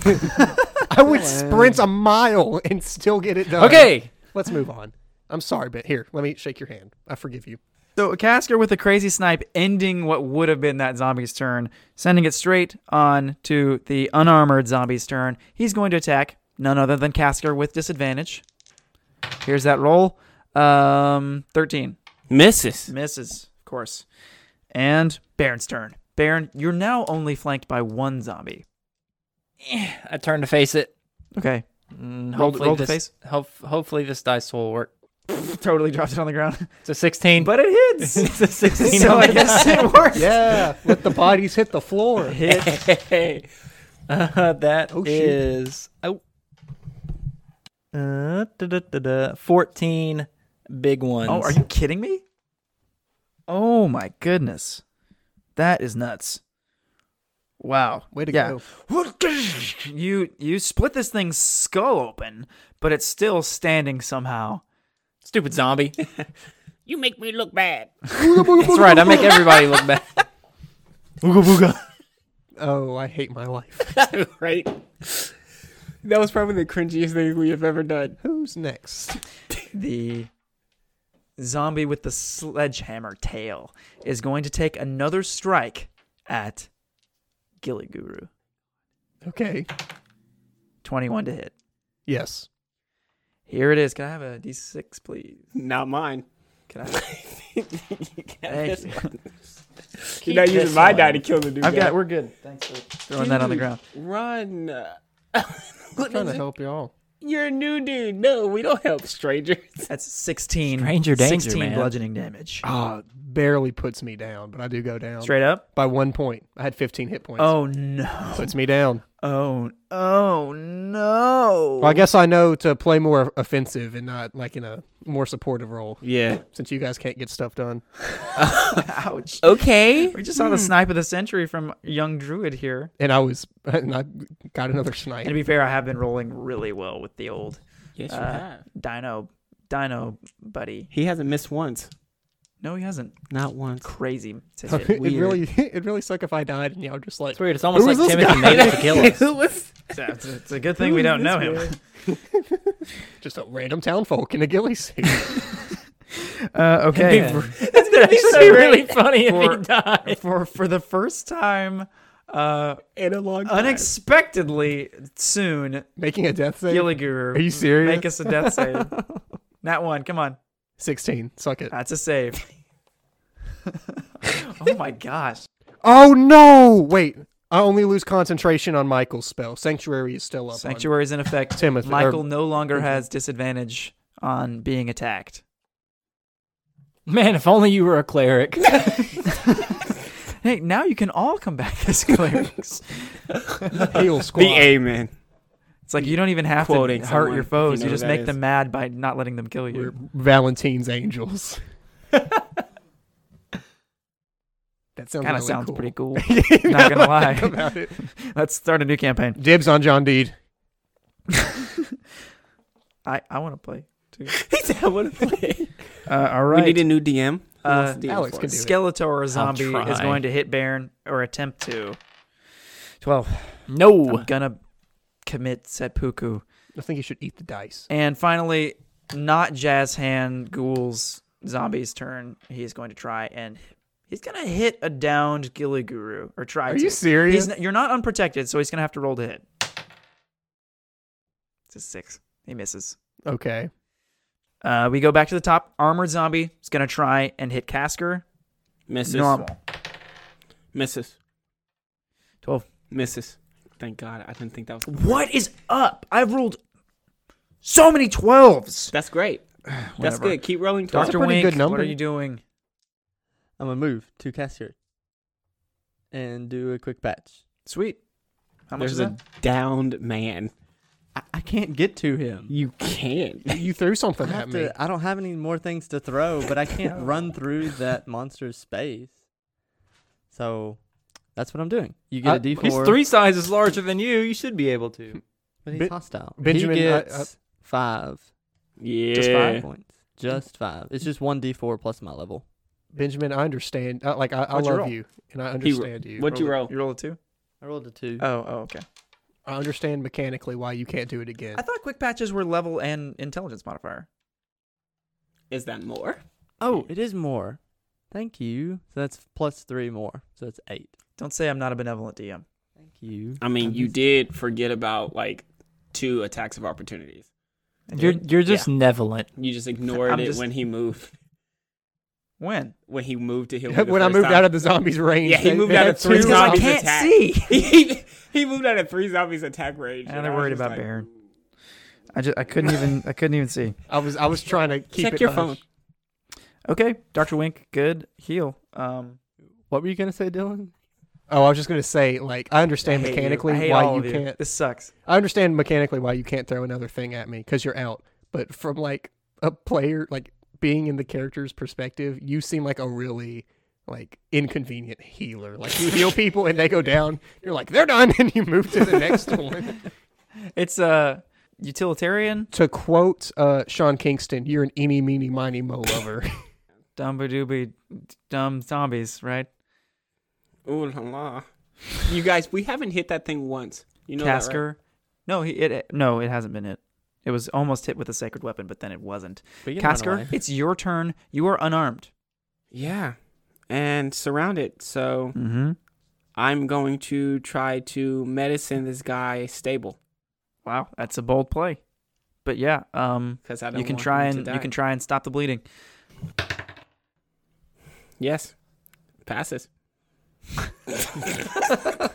Speaker 4: I would sprint a mile and still get it done.
Speaker 7: Okay,
Speaker 4: let's move on. I'm sorry, but here, let me shake your hand. I forgive you.
Speaker 2: So Casker with a crazy snipe, ending what would have been that zombie's turn, sending it straight on to the unarmored zombie's turn. He's going to attack none other than Casker with disadvantage. Here's that roll. Um, thirteen.
Speaker 3: Misses.
Speaker 2: Misses, of course. And Baron's turn. Baron, you're now only flanked by one zombie.
Speaker 7: I turn to face it.
Speaker 2: Okay.
Speaker 7: Mm,
Speaker 2: Roll-
Speaker 7: hopefully
Speaker 2: roll to
Speaker 7: this,
Speaker 2: face.
Speaker 7: Hope, hopefully this dice will work.
Speaker 2: totally dropped it on the ground.
Speaker 7: It's a sixteen.
Speaker 2: But it hits.
Speaker 7: it's a sixteen.
Speaker 2: so
Speaker 7: on
Speaker 2: I
Speaker 7: the
Speaker 2: guess
Speaker 7: die.
Speaker 2: it works.
Speaker 4: Yeah, let the bodies hit the floor.
Speaker 2: Hit.
Speaker 7: Hey, uh, that
Speaker 4: Oh, shoot.
Speaker 7: is- oh. Uh, da, da, da, da, fourteen big ones.
Speaker 2: Oh, are you kidding me? Oh my goodness. That is nuts. Wow.
Speaker 4: Way to
Speaker 2: Yeah.
Speaker 4: go.
Speaker 2: You you split this thing's skull open, but it's still standing somehow.
Speaker 7: stupid zombie?
Speaker 6: You make me look bad.
Speaker 7: That's right. I make everybody look bad.
Speaker 4: Oh, I hate my life.
Speaker 6: right? That was probably the cringiest thing we have ever done.
Speaker 4: Who's next?
Speaker 2: the zombie with the sledgehammer tail is going to take another strike at Gilly Guru.
Speaker 4: Okay.
Speaker 2: 21 to hit.
Speaker 4: Yes.
Speaker 2: Here it is. Can I have a d6, please?
Speaker 3: Not mine.
Speaker 2: Can I? Thank you.
Speaker 6: You're not using my die to kill the dude.
Speaker 2: I've got. We're good. Thanks for throwing that on the
Speaker 3: Dude.
Speaker 2: ground.
Speaker 3: Run.
Speaker 4: I'm trying to help y'all.
Speaker 6: You're a new dude. No, we don't help strangers.
Speaker 2: That's 16.
Speaker 7: Stranger danger,
Speaker 2: 16
Speaker 7: man.
Speaker 2: bludgeoning damage.
Speaker 4: Ah, barely puts me down, but I do go down
Speaker 2: Straight up.
Speaker 4: by one point. I had 15 hit points.
Speaker 2: Oh no.
Speaker 4: puts me down.
Speaker 2: Oh. Oh no.
Speaker 4: Well, I guess I know to play more offensive and not like in a more supportive role,
Speaker 3: Yeah.
Speaker 4: since you guys can't get stuff done.
Speaker 2: Ouch.
Speaker 6: Okay.
Speaker 2: We just saw the snipe of the century from young druid here.
Speaker 4: And I was, and I got another snipe.
Speaker 2: And to be fair, I have been rolling really well with the old
Speaker 3: Yes,
Speaker 2: you have. Dino Dino buddy.
Speaker 3: He hasn't missed once.
Speaker 2: No, he hasn't.
Speaker 3: Not once.
Speaker 2: Crazy. to
Speaker 4: it,
Speaker 2: hit.
Speaker 4: really, it really suck if I died and y'all just like
Speaker 7: It's weird. It's almost
Speaker 4: was
Speaker 7: like
Speaker 4: this
Speaker 7: Timothy made it to kill us.
Speaker 2: it's, a, it's a good thing we don't know him.
Speaker 4: just a random townfolk in a ghillie suit.
Speaker 2: Uh, okay.
Speaker 7: It's really funny if
Speaker 2: For-
Speaker 7: he died.
Speaker 2: for for the first time, uh,
Speaker 4: in a long
Speaker 2: unexpectedly soon,
Speaker 4: making a death save.
Speaker 2: Gilliguru.
Speaker 4: Are you serious?
Speaker 2: Make us a death save. That one. Come on.
Speaker 4: Sixteen. Suck it.
Speaker 2: That's a save. Oh my gosh.
Speaker 4: Oh no! Wait, I only lose concentration on Michael's spell. Sanctuary is still up. on
Speaker 2: Sanctuary's in effect.
Speaker 4: Timothy. or-
Speaker 2: Michael
Speaker 3: er-
Speaker 2: no
Speaker 3: Mhm.
Speaker 2: longer has disadvantage on being attacked.
Speaker 7: Man, if only you were a cleric.
Speaker 2: Hey, now you can all come back as clerics.
Speaker 4: heal
Speaker 3: The
Speaker 4: squad.
Speaker 3: amen.
Speaker 2: It's like you don't even have
Speaker 3: Quoting
Speaker 2: to hurt
Speaker 3: someone,
Speaker 2: your foes.
Speaker 3: you
Speaker 2: You,
Speaker 3: know who
Speaker 2: just
Speaker 3: that
Speaker 2: make
Speaker 3: is.
Speaker 2: them mad by not letting them kill
Speaker 4: We're
Speaker 2: you.
Speaker 4: Valentine's angels. that sounds
Speaker 2: Kind of
Speaker 4: really
Speaker 2: sounds
Speaker 4: cool.
Speaker 2: pretty cool.
Speaker 4: pretty.
Speaker 2: Not gonna lie.
Speaker 4: about it.
Speaker 2: Let's start a new campaign.
Speaker 4: Dibs on John Deed.
Speaker 2: I, I want to play.
Speaker 3: He said, I want to play.
Speaker 2: Uh, all
Speaker 3: We need a new DM. Who
Speaker 2: Uh,
Speaker 3: wants to DM
Speaker 4: Alex
Speaker 3: for
Speaker 4: can
Speaker 3: us?
Speaker 4: do it.
Speaker 2: Skeletor or zombie is
Speaker 7: try.
Speaker 2: going to hit Baron or attempt to. 12. I'm
Speaker 7: no.
Speaker 2: gonna commit seppuku.
Speaker 4: I think you should eat the dice.
Speaker 2: And finally, not Jazz Hand Ghoul's zombie's turn. He's going to try and he's gonna hit a downed Gilliguru or try.
Speaker 4: Are
Speaker 2: to.
Speaker 4: you serious?
Speaker 2: He's n- you're not unprotected, so he's gonna have to roll to hit. It's a six. He misses.
Speaker 4: okay.
Speaker 2: Uh, we go back to the top. Armored zombie is gonna try and hit Casker.
Speaker 3: Misses.
Speaker 2: Normal.
Speaker 3: Misses.
Speaker 2: 12.
Speaker 3: Misses. Thank God. I didn't think that was.
Speaker 2: What is up? I've rolled so many twelves.
Speaker 3: That's great. That's
Speaker 2: Whatever.
Speaker 3: good. Keep rolling
Speaker 4: That's
Speaker 3: twelve.
Speaker 4: a
Speaker 2: Doctor
Speaker 4: pretty
Speaker 2: Wink,
Speaker 4: good
Speaker 2: what
Speaker 4: number.
Speaker 2: are you doing?
Speaker 8: I'm gonna move to Cassier and do a quick patch.
Speaker 2: Sweet. How much
Speaker 3: There's
Speaker 2: is
Speaker 3: a
Speaker 2: that?
Speaker 3: downed man.
Speaker 8: I, I can't get to him.
Speaker 3: You can't.
Speaker 4: You threw something
Speaker 8: I,
Speaker 4: at
Speaker 8: have
Speaker 4: me.
Speaker 8: to, I don't have any more things to throw, but I can't run through that monster's space. So that's what I'm doing. You get
Speaker 4: I-
Speaker 8: a D4.
Speaker 7: Uh, He's three sizes larger than you. You should be able to.
Speaker 8: but he's
Speaker 4: Ben-
Speaker 8: hostile.
Speaker 4: Benjamin,
Speaker 8: he
Speaker 4: I- I-
Speaker 8: gets five.
Speaker 3: Yeah.
Speaker 8: Just five points. Just five. It's just one D4 plus my level.
Speaker 4: Benjamin, I understand. I, like I, I
Speaker 2: What'd you
Speaker 4: love
Speaker 2: roll?
Speaker 4: you, and I
Speaker 3: He ro-
Speaker 4: understand you.
Speaker 3: What'd you roll?
Speaker 2: You roll a two?
Speaker 8: I rolled a two.
Speaker 2: Oh, oh, okay.
Speaker 4: I understand mechanically why you can't do it again.
Speaker 2: I thought quick patches were level and intelligence modifier.
Speaker 3: Is that more?
Speaker 8: oh, it is more. Thank you. So that's plus three more. So that's eight.
Speaker 2: Don't say I'm not a benevolent DM.
Speaker 8: Thank you.
Speaker 3: I mean, you did forget about like two attacks of opportunities.
Speaker 7: You're you're just
Speaker 2: Yeah.
Speaker 7: nevolent.
Speaker 3: You just ignored
Speaker 2: I'm
Speaker 3: it
Speaker 2: just-
Speaker 3: when he moved.
Speaker 2: when
Speaker 3: When he moved to heal. me the
Speaker 4: when I
Speaker 3: first
Speaker 4: moved
Speaker 3: time.
Speaker 4: out of the zombies range,
Speaker 3: Yeah, he
Speaker 4: they-
Speaker 3: moved
Speaker 4: they
Speaker 3: out
Speaker 4: had
Speaker 3: of three
Speaker 4: two-
Speaker 2: because I
Speaker 3: zombies
Speaker 2: can't
Speaker 3: attack.
Speaker 2: see.
Speaker 3: he, he moved out of three zombies attack range.
Speaker 2: And
Speaker 3: I
Speaker 2: they're
Speaker 3: was
Speaker 2: worried
Speaker 3: just
Speaker 2: about
Speaker 3: like,
Speaker 2: Baron. I just I couldn't even I couldn't even see.
Speaker 4: I was I was trying to keep
Speaker 3: Check
Speaker 4: it
Speaker 3: your
Speaker 4: hush.
Speaker 2: Okay, Doctor Wink, good heal. Um,
Speaker 8: What were you gonna say, Dylan?
Speaker 4: Oh, I was just gonna say, like I
Speaker 2: I
Speaker 4: understand
Speaker 2: hate you.
Speaker 4: mechanically
Speaker 2: I hate
Speaker 4: why
Speaker 2: all
Speaker 4: you
Speaker 2: of
Speaker 4: can't.
Speaker 2: This sucks.
Speaker 4: I understand mechanically why you can't throw another thing at me because you're out. But from like a player, like being in the character's perspective, you seem like a really like inconvenient healer. Like you heal people and they go down. You're like they're done, and you move to the next one.
Speaker 2: It's uh utilitarian.
Speaker 4: To quote uh, Sean Kingston, "You're an eeny meeny miny mo lover."
Speaker 2: Dumba dooby dumb zombies, right?
Speaker 3: Ooh la la. You guys, we haven't hit that thing once. You know that, right?
Speaker 2: Casker. No, he it, it no, it hasn't been hit. It was almost hit with a sacred weapon, but then it wasn't.
Speaker 8: We can run
Speaker 2: Casker,
Speaker 8: away.
Speaker 2: it's your turn. You are unarmed.
Speaker 3: Yeah. And surround it. So
Speaker 2: Mm-hmm.
Speaker 3: I'm going to try to medicine this guy stable
Speaker 2: Wow, that's a bold play. But yeah, um,
Speaker 3: because I don't.
Speaker 2: you can
Speaker 3: want
Speaker 2: try
Speaker 3: him to
Speaker 2: and you
Speaker 3: die.
Speaker 2: can try and stop the bleeding.
Speaker 3: Yes. Passes.
Speaker 2: Is that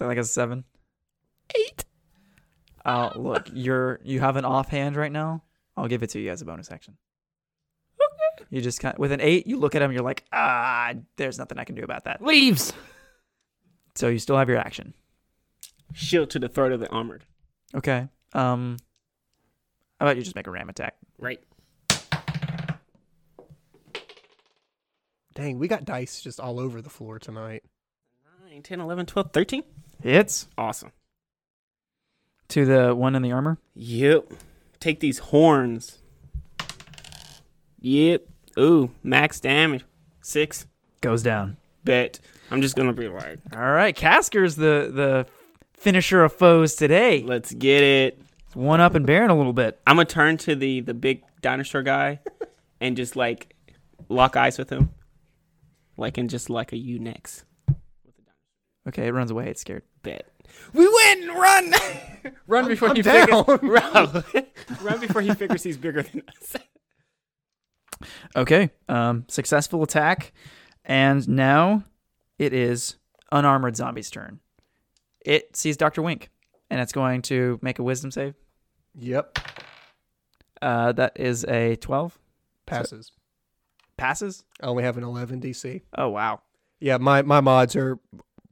Speaker 2: like a seven? Eight. Uh, look, you're you have an offhand right now. I'll give it to you as a bonus action. Okay. You just kind with an eight, you look at him, you're like, ah, there's nothing I can do about that.
Speaker 7: Leaves.
Speaker 2: So you still have your action.
Speaker 3: Shield to the throat of the armored.
Speaker 2: Okay. Um, how about you just make a ram attack?
Speaker 3: Right.
Speaker 4: Dang, we got dice just all over the floor tonight.
Speaker 3: 9, 10, 11, 12, 13.
Speaker 2: Hits
Speaker 3: Awesome.
Speaker 2: to the one in the armor.
Speaker 3: Yep. Take these horns. Yep. Ooh, max damage. Six.
Speaker 2: Goes down.
Speaker 3: Bet. I'm just going to be like,
Speaker 2: All right, Casker's the the finisher of foes today.
Speaker 3: let's get it.
Speaker 2: One up and Baron a little bit.
Speaker 3: I'm going to turn to the, the big dinosaur guy and just like lock eyes with him. Like, and just like a you next.
Speaker 2: Okay, it runs away. It's scared.
Speaker 3: Bet. We win! Run! Run before he figures Run. Run before he figures he's bigger than us.
Speaker 2: Okay. Um, successful attack. And now it is unarmored zombie's turn. It sees Dr. Wink and it's going to make a wisdom save.
Speaker 4: Yep.
Speaker 2: Uh, that is a 12.
Speaker 4: Passes.
Speaker 2: Passes?
Speaker 4: I only have an 11 DC.
Speaker 2: Oh, wow.
Speaker 4: Yeah, my, my mods are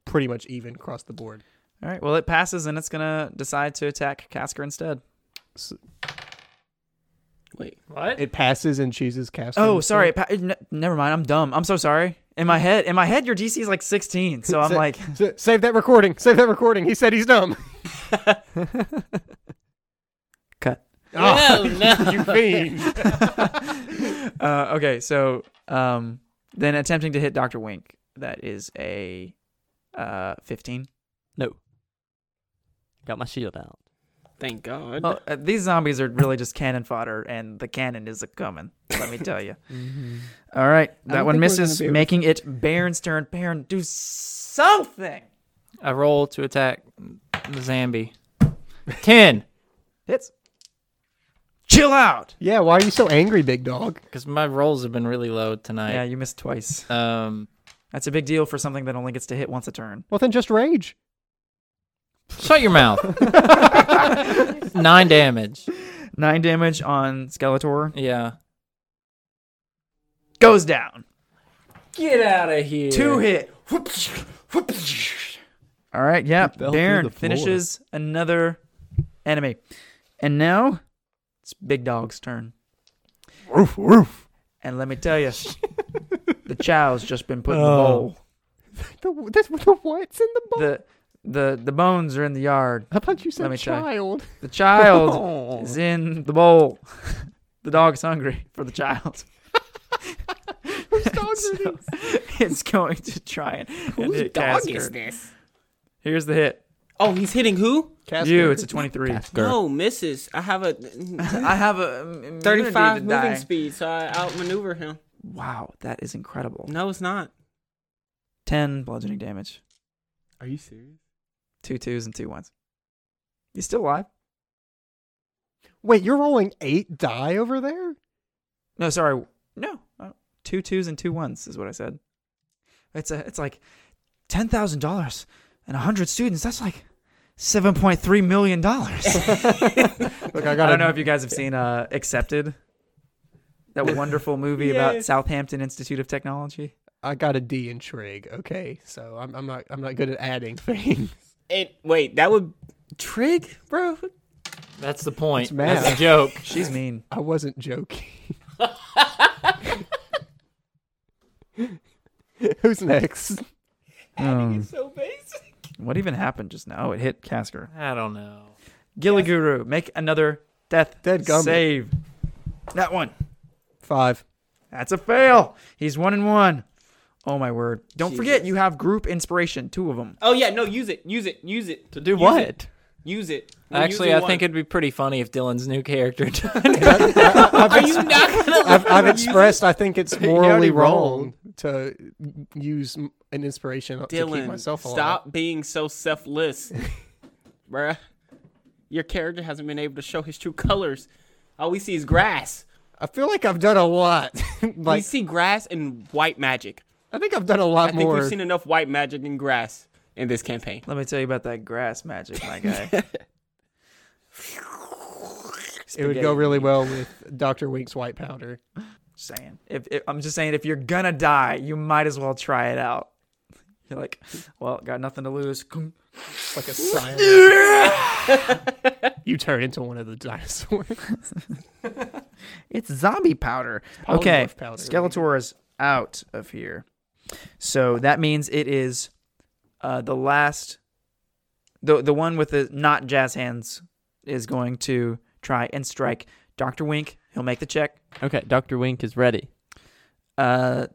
Speaker 4: pretty much even across the board.
Speaker 2: All right. Well, it passes and it's going to decide to attack Casker instead.
Speaker 3: Wait.
Speaker 7: What?
Speaker 4: It passes and chooses cast.
Speaker 2: Oh, sorry. it Pa- it ne- never mind. I'm dumb. I'm so sorry. In my head, in my head, your DC is like 16. So I'm
Speaker 4: Sa-
Speaker 2: like,
Speaker 4: S- Save that recording. Save that recording. He said he's dumb.
Speaker 2: Cut.
Speaker 4: Oh,
Speaker 6: No, no.
Speaker 4: you fiend.
Speaker 2: uh, okay. So um, then attempting to hit Dr. Wink, that is a uh, 15.
Speaker 8: Got my shield out.
Speaker 3: Thank God.
Speaker 2: Well, uh, these zombies are really just cannon fodder, and the cannon is a coming. Let me tell you. All right, that
Speaker 3: Mm-hmm.
Speaker 2: one
Speaker 3: don't think we're gonna
Speaker 2: misses,
Speaker 3: be able-
Speaker 2: making it Baron's turn. Baron, do something.
Speaker 7: I roll to attack the Zambi. Ten,
Speaker 2: Hits. Chill out.
Speaker 4: yeah, why are you so angry, big dog?
Speaker 7: because my rolls have been really low
Speaker 2: Yeah,
Speaker 7: tonight.
Speaker 2: you missed twice.
Speaker 7: Um,
Speaker 2: That's a big deal for something that only gets to hit once a turn.
Speaker 4: Well, then just rage.
Speaker 7: shut your mouth. Nine damage.
Speaker 2: Nine damage on Skeletor
Speaker 7: Yeah.
Speaker 2: goes down.
Speaker 7: Get out of here.
Speaker 2: Two hit. All right, yeah.
Speaker 9: He fell through
Speaker 2: Baron
Speaker 9: the floor.
Speaker 2: finishes another enemy, and now it's Big Dog's turn.
Speaker 9: Roof, roof.
Speaker 2: And let me tell you, the chow's just been put in the
Speaker 7: Oh.
Speaker 2: bowl.
Speaker 4: The, that's what the what's in the
Speaker 3: Oh.
Speaker 4: box.
Speaker 2: The the the bones are in the yard.
Speaker 4: I thought you said
Speaker 2: Let me try.
Speaker 4: child. Oh.
Speaker 2: The child is in the bowl. The dog's hungry for the child.
Speaker 4: Whose dogs are
Speaker 2: So, it's going to try and, and
Speaker 3: Whose
Speaker 2: hit
Speaker 3: dog
Speaker 2: Casker.
Speaker 3: is this?
Speaker 2: Here's the hit.
Speaker 3: Oh, he's hitting who?
Speaker 4: Casker.
Speaker 2: You. It's a twenty-three.
Speaker 3: No, misses. I have a
Speaker 2: I have a um,
Speaker 3: 35
Speaker 2: immunity to
Speaker 3: moving
Speaker 2: die.
Speaker 3: speed, so I outmaneuver him.
Speaker 2: Wow, that is incredible.
Speaker 3: No, it's not.
Speaker 2: Ten bludgeoning damage.
Speaker 3: Are you serious?
Speaker 2: Two twos and two ones. You still alive?
Speaker 4: Wait, you're rolling eight die over there?
Speaker 2: No, sorry. No. Uh, Two twos and two ones is what I said. It's a, it's like ten thousand dollars and a hundred students. That's like seven point three million dollars.
Speaker 4: Look, I
Speaker 2: I
Speaker 4: got.
Speaker 2: don't know if you guys have seen uh, Accepted, that wonderful movie about Southampton Institute of Technology.
Speaker 4: I got a D in trig. Okay, so I'm, I'm not. I'm not good at adding things.
Speaker 3: It wait, that would trig, bro.
Speaker 7: That's the point.
Speaker 4: It's mad.
Speaker 7: That's a joke.
Speaker 2: She's mean.
Speaker 4: I wasn't joking. Who's next?
Speaker 2: Um,
Speaker 3: So basic.
Speaker 2: what even happened just now? Oh, it hit Casker.
Speaker 7: I don't know.
Speaker 2: Gilliguru, make another death
Speaker 4: Dead gummit.
Speaker 2: save. That one.
Speaker 4: Five.
Speaker 2: That's a fail. He's one and one. Oh my word! Don't forget
Speaker 3: Jesus.
Speaker 2: you have group inspiration, two of them.
Speaker 3: Oh yeah, no, use it, use it, use it.
Speaker 7: To do
Speaker 3: Use
Speaker 7: what?
Speaker 3: it. Use it. We're
Speaker 7: Actually,
Speaker 3: using
Speaker 7: I
Speaker 3: one.
Speaker 7: think it'd be pretty funny if Dylan's new character.
Speaker 3: Are you not gonna?
Speaker 4: I've, I've
Speaker 3: use it?
Speaker 4: expressed. I think it's
Speaker 9: You
Speaker 4: morally
Speaker 9: already
Speaker 4: wrong
Speaker 9: rolled.
Speaker 4: to use m- an inspiration to keep
Speaker 3: Dylan,
Speaker 4: myself alive.
Speaker 3: stop being so selfless, bruh. Your character hasn't been able to show his true colors. All we see is grass.
Speaker 4: I feel like I've done a lot.
Speaker 3: we
Speaker 4: like
Speaker 3: see grass and white magic.
Speaker 4: I think I've done a
Speaker 3: I
Speaker 4: lot
Speaker 3: think
Speaker 4: more.
Speaker 3: we've seen enough white magic and grass in this campaign.
Speaker 2: Let me tell you about that grass magic, my guy.
Speaker 4: it would go really well with Doctor Wink's white powder.
Speaker 2: Saying, if, if I'm just saying, if you're gonna die, you might as well try it out. You're like, well, got nothing to lose.
Speaker 4: It's like a silent. you turn into one of the dinosaurs.
Speaker 2: It's zombie powder. okay,
Speaker 4: Polymorph powder.
Speaker 2: Skeletor is out of here, so that means it is uh, the last. the The one with the not jazz hands is going to try and strike Doctor Wink. He'll make the check.
Speaker 8: Okay, Dr. Wink is ready.
Speaker 2: Uh,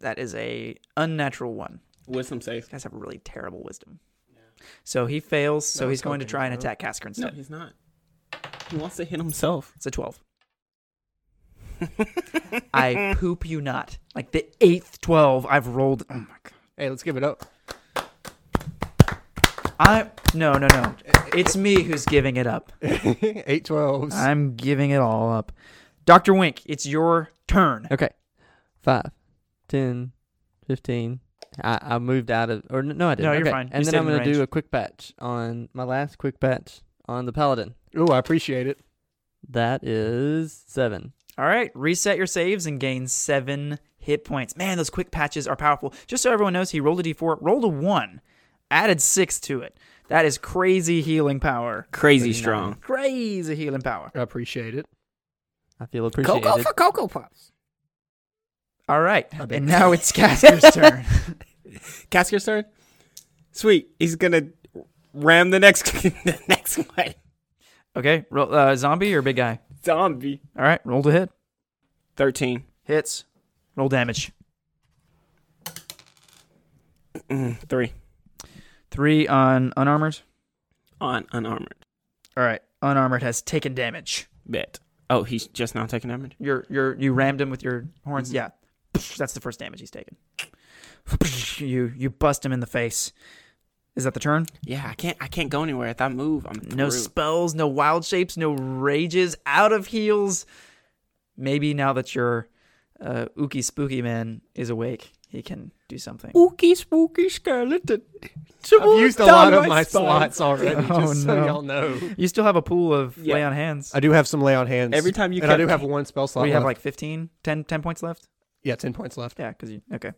Speaker 2: that is a unnatural one.
Speaker 3: Wisdom save.
Speaker 2: These guys have really terrible wisdom. So he fails. So
Speaker 4: No,
Speaker 2: he's
Speaker 4: it's
Speaker 2: going to
Speaker 4: okay,
Speaker 2: try and
Speaker 4: bro.
Speaker 2: attack Casker
Speaker 3: No,
Speaker 2: instead.
Speaker 3: he's not. He wants to hit himself.
Speaker 2: It's a twelve. I poop you not. Like the eighth twelve I've rolled. Oh my god.
Speaker 4: Hey, let's give it up.
Speaker 2: I no no no. It's me who's giving it up.
Speaker 4: Eight twelves.
Speaker 2: I'm giving it all up. Doctor Wink, it's your turn.
Speaker 8: Okay. 5, 10, 15. I, I moved out of, or n- no, I didn't.
Speaker 2: No, you're
Speaker 8: Okay.
Speaker 2: fine. You
Speaker 8: And then
Speaker 2: stayed
Speaker 8: I'm
Speaker 2: in
Speaker 8: going to do
Speaker 2: range.
Speaker 8: a quick patch on my last quick patch on the Paladin.
Speaker 4: Ooh, I appreciate it.
Speaker 8: That is seven.
Speaker 2: All right, reset your saves and gain seven hit points. Man, those quick patches are powerful. Just so everyone knows, he rolled a d4, rolled a one, added six to it. That is crazy healing power.
Speaker 3: Crazy strong.
Speaker 2: Crazy healing power.
Speaker 4: I appreciate it.
Speaker 8: I feel appreciated.
Speaker 6: Cocoa Pops.
Speaker 2: All right,
Speaker 4: I bet.
Speaker 2: and now it's Casper's turn.
Speaker 3: Casker's turn. Sweet. He's gonna ram the next the next one.
Speaker 2: Okay, roll, uh, zombie or big guy?
Speaker 3: Zombie.
Speaker 2: All right, roll to hit.
Speaker 3: Thirteen.
Speaker 2: Hits. Roll damage.
Speaker 3: Mm, three
Speaker 2: Three on unarmored.
Speaker 3: on unarmored.
Speaker 2: All right, unarmored has taken damage.
Speaker 3: Bet. Oh, he's just now taking damage.
Speaker 2: You're you're you rammed him with your horns.
Speaker 3: Mm-hmm.
Speaker 2: Yeah, that's the first damage he's taken. You you bust him in the face. Is that the turn?
Speaker 3: Yeah, I can't. I can't go anywhere. If I move, I'm
Speaker 2: No
Speaker 3: through.
Speaker 2: spells, no wild shapes, no rages. Out of heals. Maybe now that your uh, Ookie Spooky Man is awake, he can do something.
Speaker 6: Spooky, spooky skeleton.
Speaker 4: I've used a lot of my slots already,
Speaker 2: Oh,
Speaker 4: just so
Speaker 2: no.
Speaker 4: y'all know.
Speaker 2: You still have a pool of
Speaker 3: Yeah.
Speaker 2: lay on hands.
Speaker 4: I do have some lay on hands.
Speaker 3: Every time you
Speaker 4: and I
Speaker 3: kept-
Speaker 4: do have one spell slot.
Speaker 2: we have
Speaker 4: left.
Speaker 2: like 15, 10, 10 points left.
Speaker 4: yeah, ten points left.
Speaker 2: Yeah, because you okay.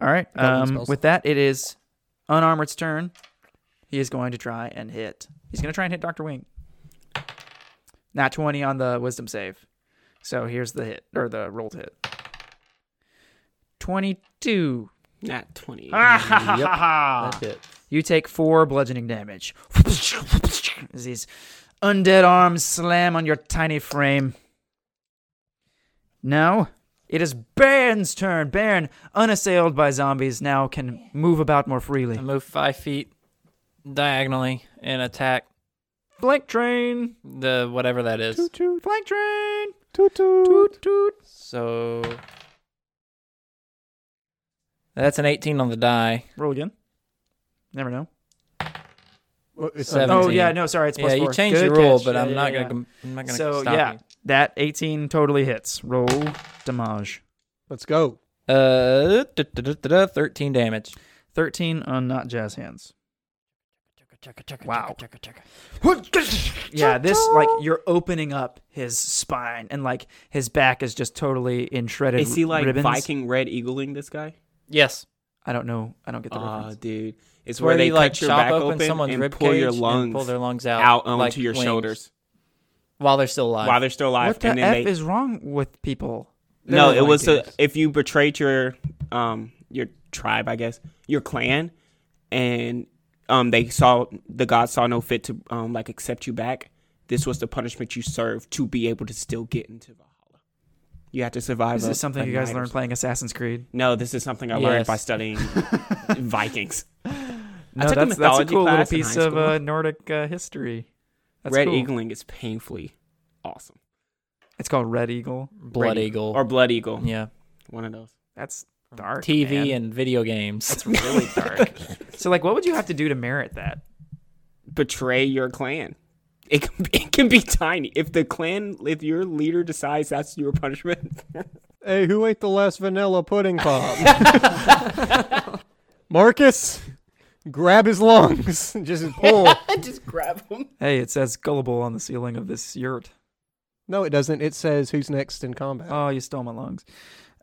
Speaker 2: All right.
Speaker 4: I got one
Speaker 2: Um,
Speaker 4: spell
Speaker 2: with that, it is unarmored's turn. He is going to try and hit. He's going to try and hit Doctor Wing. Not twenty on the wisdom save. So here's the hit or the rolled hit. Twenty-two.
Speaker 3: Not twenty.
Speaker 2: Ah!
Speaker 8: That's it.
Speaker 2: You take four bludgeoning damage. As these undead arms slam on your tiny frame. Now it is Baron's turn. Baron, unassailed by zombies, now can move about more freely.
Speaker 7: I move five feet diagonally and attack
Speaker 2: Flank train.
Speaker 7: the whatever that is.
Speaker 2: Toot. Flank train.
Speaker 4: Toot toot.
Speaker 2: Toot toot.
Speaker 7: So that's an 18 on the die.
Speaker 2: Roll again. Never know.
Speaker 4: Well, it's-
Speaker 7: Seven.
Speaker 2: Oh
Speaker 7: 17.
Speaker 2: yeah, no, sorry, it's plus
Speaker 7: Uh, yeah,
Speaker 2: four.
Speaker 7: you changed
Speaker 2: Good
Speaker 7: your rule,
Speaker 2: catch.
Speaker 7: but
Speaker 2: Yeah,
Speaker 7: I'm
Speaker 2: yeah,
Speaker 7: not
Speaker 2: yeah.
Speaker 7: gonna. com- I'm not gonna
Speaker 2: So,
Speaker 7: stop
Speaker 2: yeah. That 18 totally hits. Roll damage.
Speaker 4: Let's go.
Speaker 7: you. Uh, da, da, da, da, da, 13 damage.
Speaker 2: 13 on not jazz hands. Wow. yeah, this like you're opening up his spine and like his back is just totally in shredded
Speaker 3: Is he like
Speaker 2: ribbons.
Speaker 3: Viking red eagling this guy?
Speaker 7: Yes.
Speaker 2: I don't know. I don't get the
Speaker 3: Oh,
Speaker 2: reference.
Speaker 3: dude, it's
Speaker 7: It's
Speaker 3: where, they
Speaker 7: you, like
Speaker 3: cut your
Speaker 7: chop
Speaker 3: back open, and
Speaker 7: rib
Speaker 3: pull your
Speaker 7: cage and
Speaker 3: lungs
Speaker 7: pull their lungs out,
Speaker 3: out onto
Speaker 7: like
Speaker 3: your
Speaker 7: wings
Speaker 3: shoulders
Speaker 7: while they're still alive.
Speaker 3: while they're still alive.
Speaker 2: What the
Speaker 3: and then
Speaker 2: f
Speaker 3: they
Speaker 2: is wrong with people?
Speaker 3: no,
Speaker 4: They're
Speaker 3: it was a,
Speaker 4: Vikings.
Speaker 3: if you betrayed your um your tribe, I guess your clan, and um they saw the gods saw no fit to um like accept you back. This was the punishment you served to be able to still get into Valhalla. You had to survive.
Speaker 2: This
Speaker 3: a-
Speaker 2: is something
Speaker 3: a
Speaker 2: you guys
Speaker 3: night or
Speaker 2: learn
Speaker 3: something.
Speaker 2: playing Assassin's Creed.
Speaker 3: No, this is something I learned
Speaker 7: Yes.
Speaker 3: by studying Vikings.
Speaker 2: No,
Speaker 3: took
Speaker 2: that's,
Speaker 3: a
Speaker 2: that's a
Speaker 3: mythology
Speaker 2: cool little
Speaker 3: class in
Speaker 2: piece
Speaker 3: high
Speaker 2: of
Speaker 3: school.
Speaker 2: uh, Nordic uh, history. That's
Speaker 3: Red
Speaker 2: cool.
Speaker 3: eagling is painfully awesome,
Speaker 2: It's called Red Eagle.
Speaker 7: Blood Eagle.
Speaker 3: or blood eagle,
Speaker 7: yeah.
Speaker 3: one of those.
Speaker 2: That's dark.
Speaker 7: TV
Speaker 2: man.
Speaker 7: and video games.
Speaker 2: That's really dark. so, like, what would you have to do to merit that?
Speaker 3: betray your clan. It can, it can be tiny. If the clan, if your leader decides that's your punishment,
Speaker 4: Hey, who ate the last vanilla pudding pop? Marcus, grab his lungs and just pull.
Speaker 6: Just grab him.
Speaker 2: Hey, it says gullible on the ceiling of this yurt.
Speaker 4: no, it doesn't. It says who's next in combat.
Speaker 2: Oh, you stole my lungs.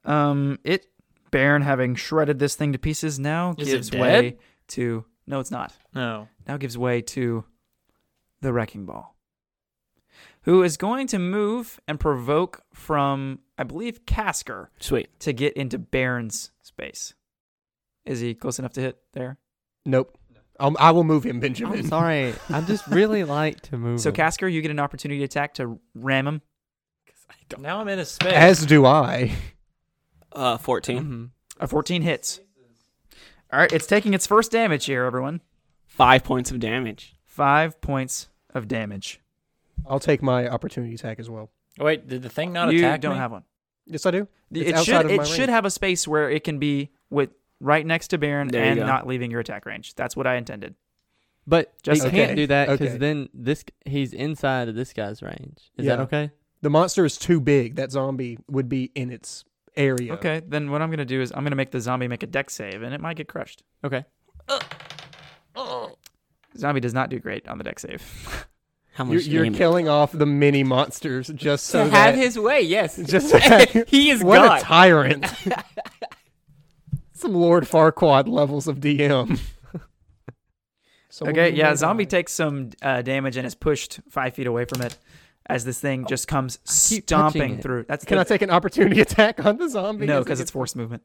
Speaker 2: Um, it Baron, having shredded this thing to pieces, now
Speaker 7: Is it
Speaker 2: gives
Speaker 7: dead?
Speaker 2: way to no, it's not.
Speaker 7: no.
Speaker 2: Now gives way to the wrecking ball, who is going to move and provoke from, I believe, Casker
Speaker 3: sweet.
Speaker 2: to get into Baron's space. Is he close enough to hit there?
Speaker 4: Nope. Um, I will move him,
Speaker 8: I'm
Speaker 4: Benjamin.
Speaker 8: sorry. I just really like to move.
Speaker 2: So
Speaker 8: them.
Speaker 2: Casker, you get an opportunity attack to ram him.
Speaker 7: Now I'm in a space.
Speaker 4: As do I.
Speaker 3: Uh, 14
Speaker 8: Mhm.
Speaker 2: A 14 hits. All right, it's taking its first damage here, everyone.
Speaker 3: five points of damage.
Speaker 2: Five points of damage.
Speaker 4: I'll take my opportunity attack as well.
Speaker 7: Wait, did the thing not
Speaker 2: you
Speaker 7: attack
Speaker 2: don't
Speaker 7: me?
Speaker 2: have one.
Speaker 4: Yes, I do. It's
Speaker 2: it
Speaker 4: outside
Speaker 2: should
Speaker 4: of
Speaker 2: it
Speaker 4: my
Speaker 2: should
Speaker 4: range.
Speaker 2: have a space where it can be with right next to Baron
Speaker 3: There you
Speaker 2: and
Speaker 3: go.
Speaker 2: not leaving your attack range. That's what I intended.
Speaker 8: But
Speaker 2: Just
Speaker 8: he
Speaker 4: okay.
Speaker 8: can't do that because
Speaker 4: Okay.
Speaker 8: then this he's inside of this guy's range. Is
Speaker 4: Yeah.
Speaker 8: that okay?
Speaker 4: The monster is too big. That zombie would be in its area.
Speaker 2: Okay, then what I'm gonna do is I'm gonna make the zombie make a deck save, and it might get crushed.
Speaker 8: Okay.
Speaker 2: Zombie does not do great on the deck save.
Speaker 3: How
Speaker 4: You're,
Speaker 3: much?
Speaker 4: you're
Speaker 3: damage?
Speaker 4: killing off the mini monsters just so
Speaker 6: to
Speaker 4: that
Speaker 6: have his way. Yes,
Speaker 4: just so that-
Speaker 6: he is
Speaker 4: what
Speaker 6: God.
Speaker 4: a tyrant. Some Lord Farquaad levels of DM. So what
Speaker 2: okay,
Speaker 4: do
Speaker 2: yeah,
Speaker 4: we
Speaker 2: zombie
Speaker 4: do?
Speaker 2: takes some uh, damage and is pushed five feet away from it as this thing just comes
Speaker 8: keep touching
Speaker 2: stomping
Speaker 8: it.
Speaker 2: through. That's
Speaker 4: Can
Speaker 2: the,
Speaker 4: I take an opportunity attack on the zombie?
Speaker 2: no,
Speaker 4: as it
Speaker 2: because it's
Speaker 4: gets-
Speaker 2: force movement.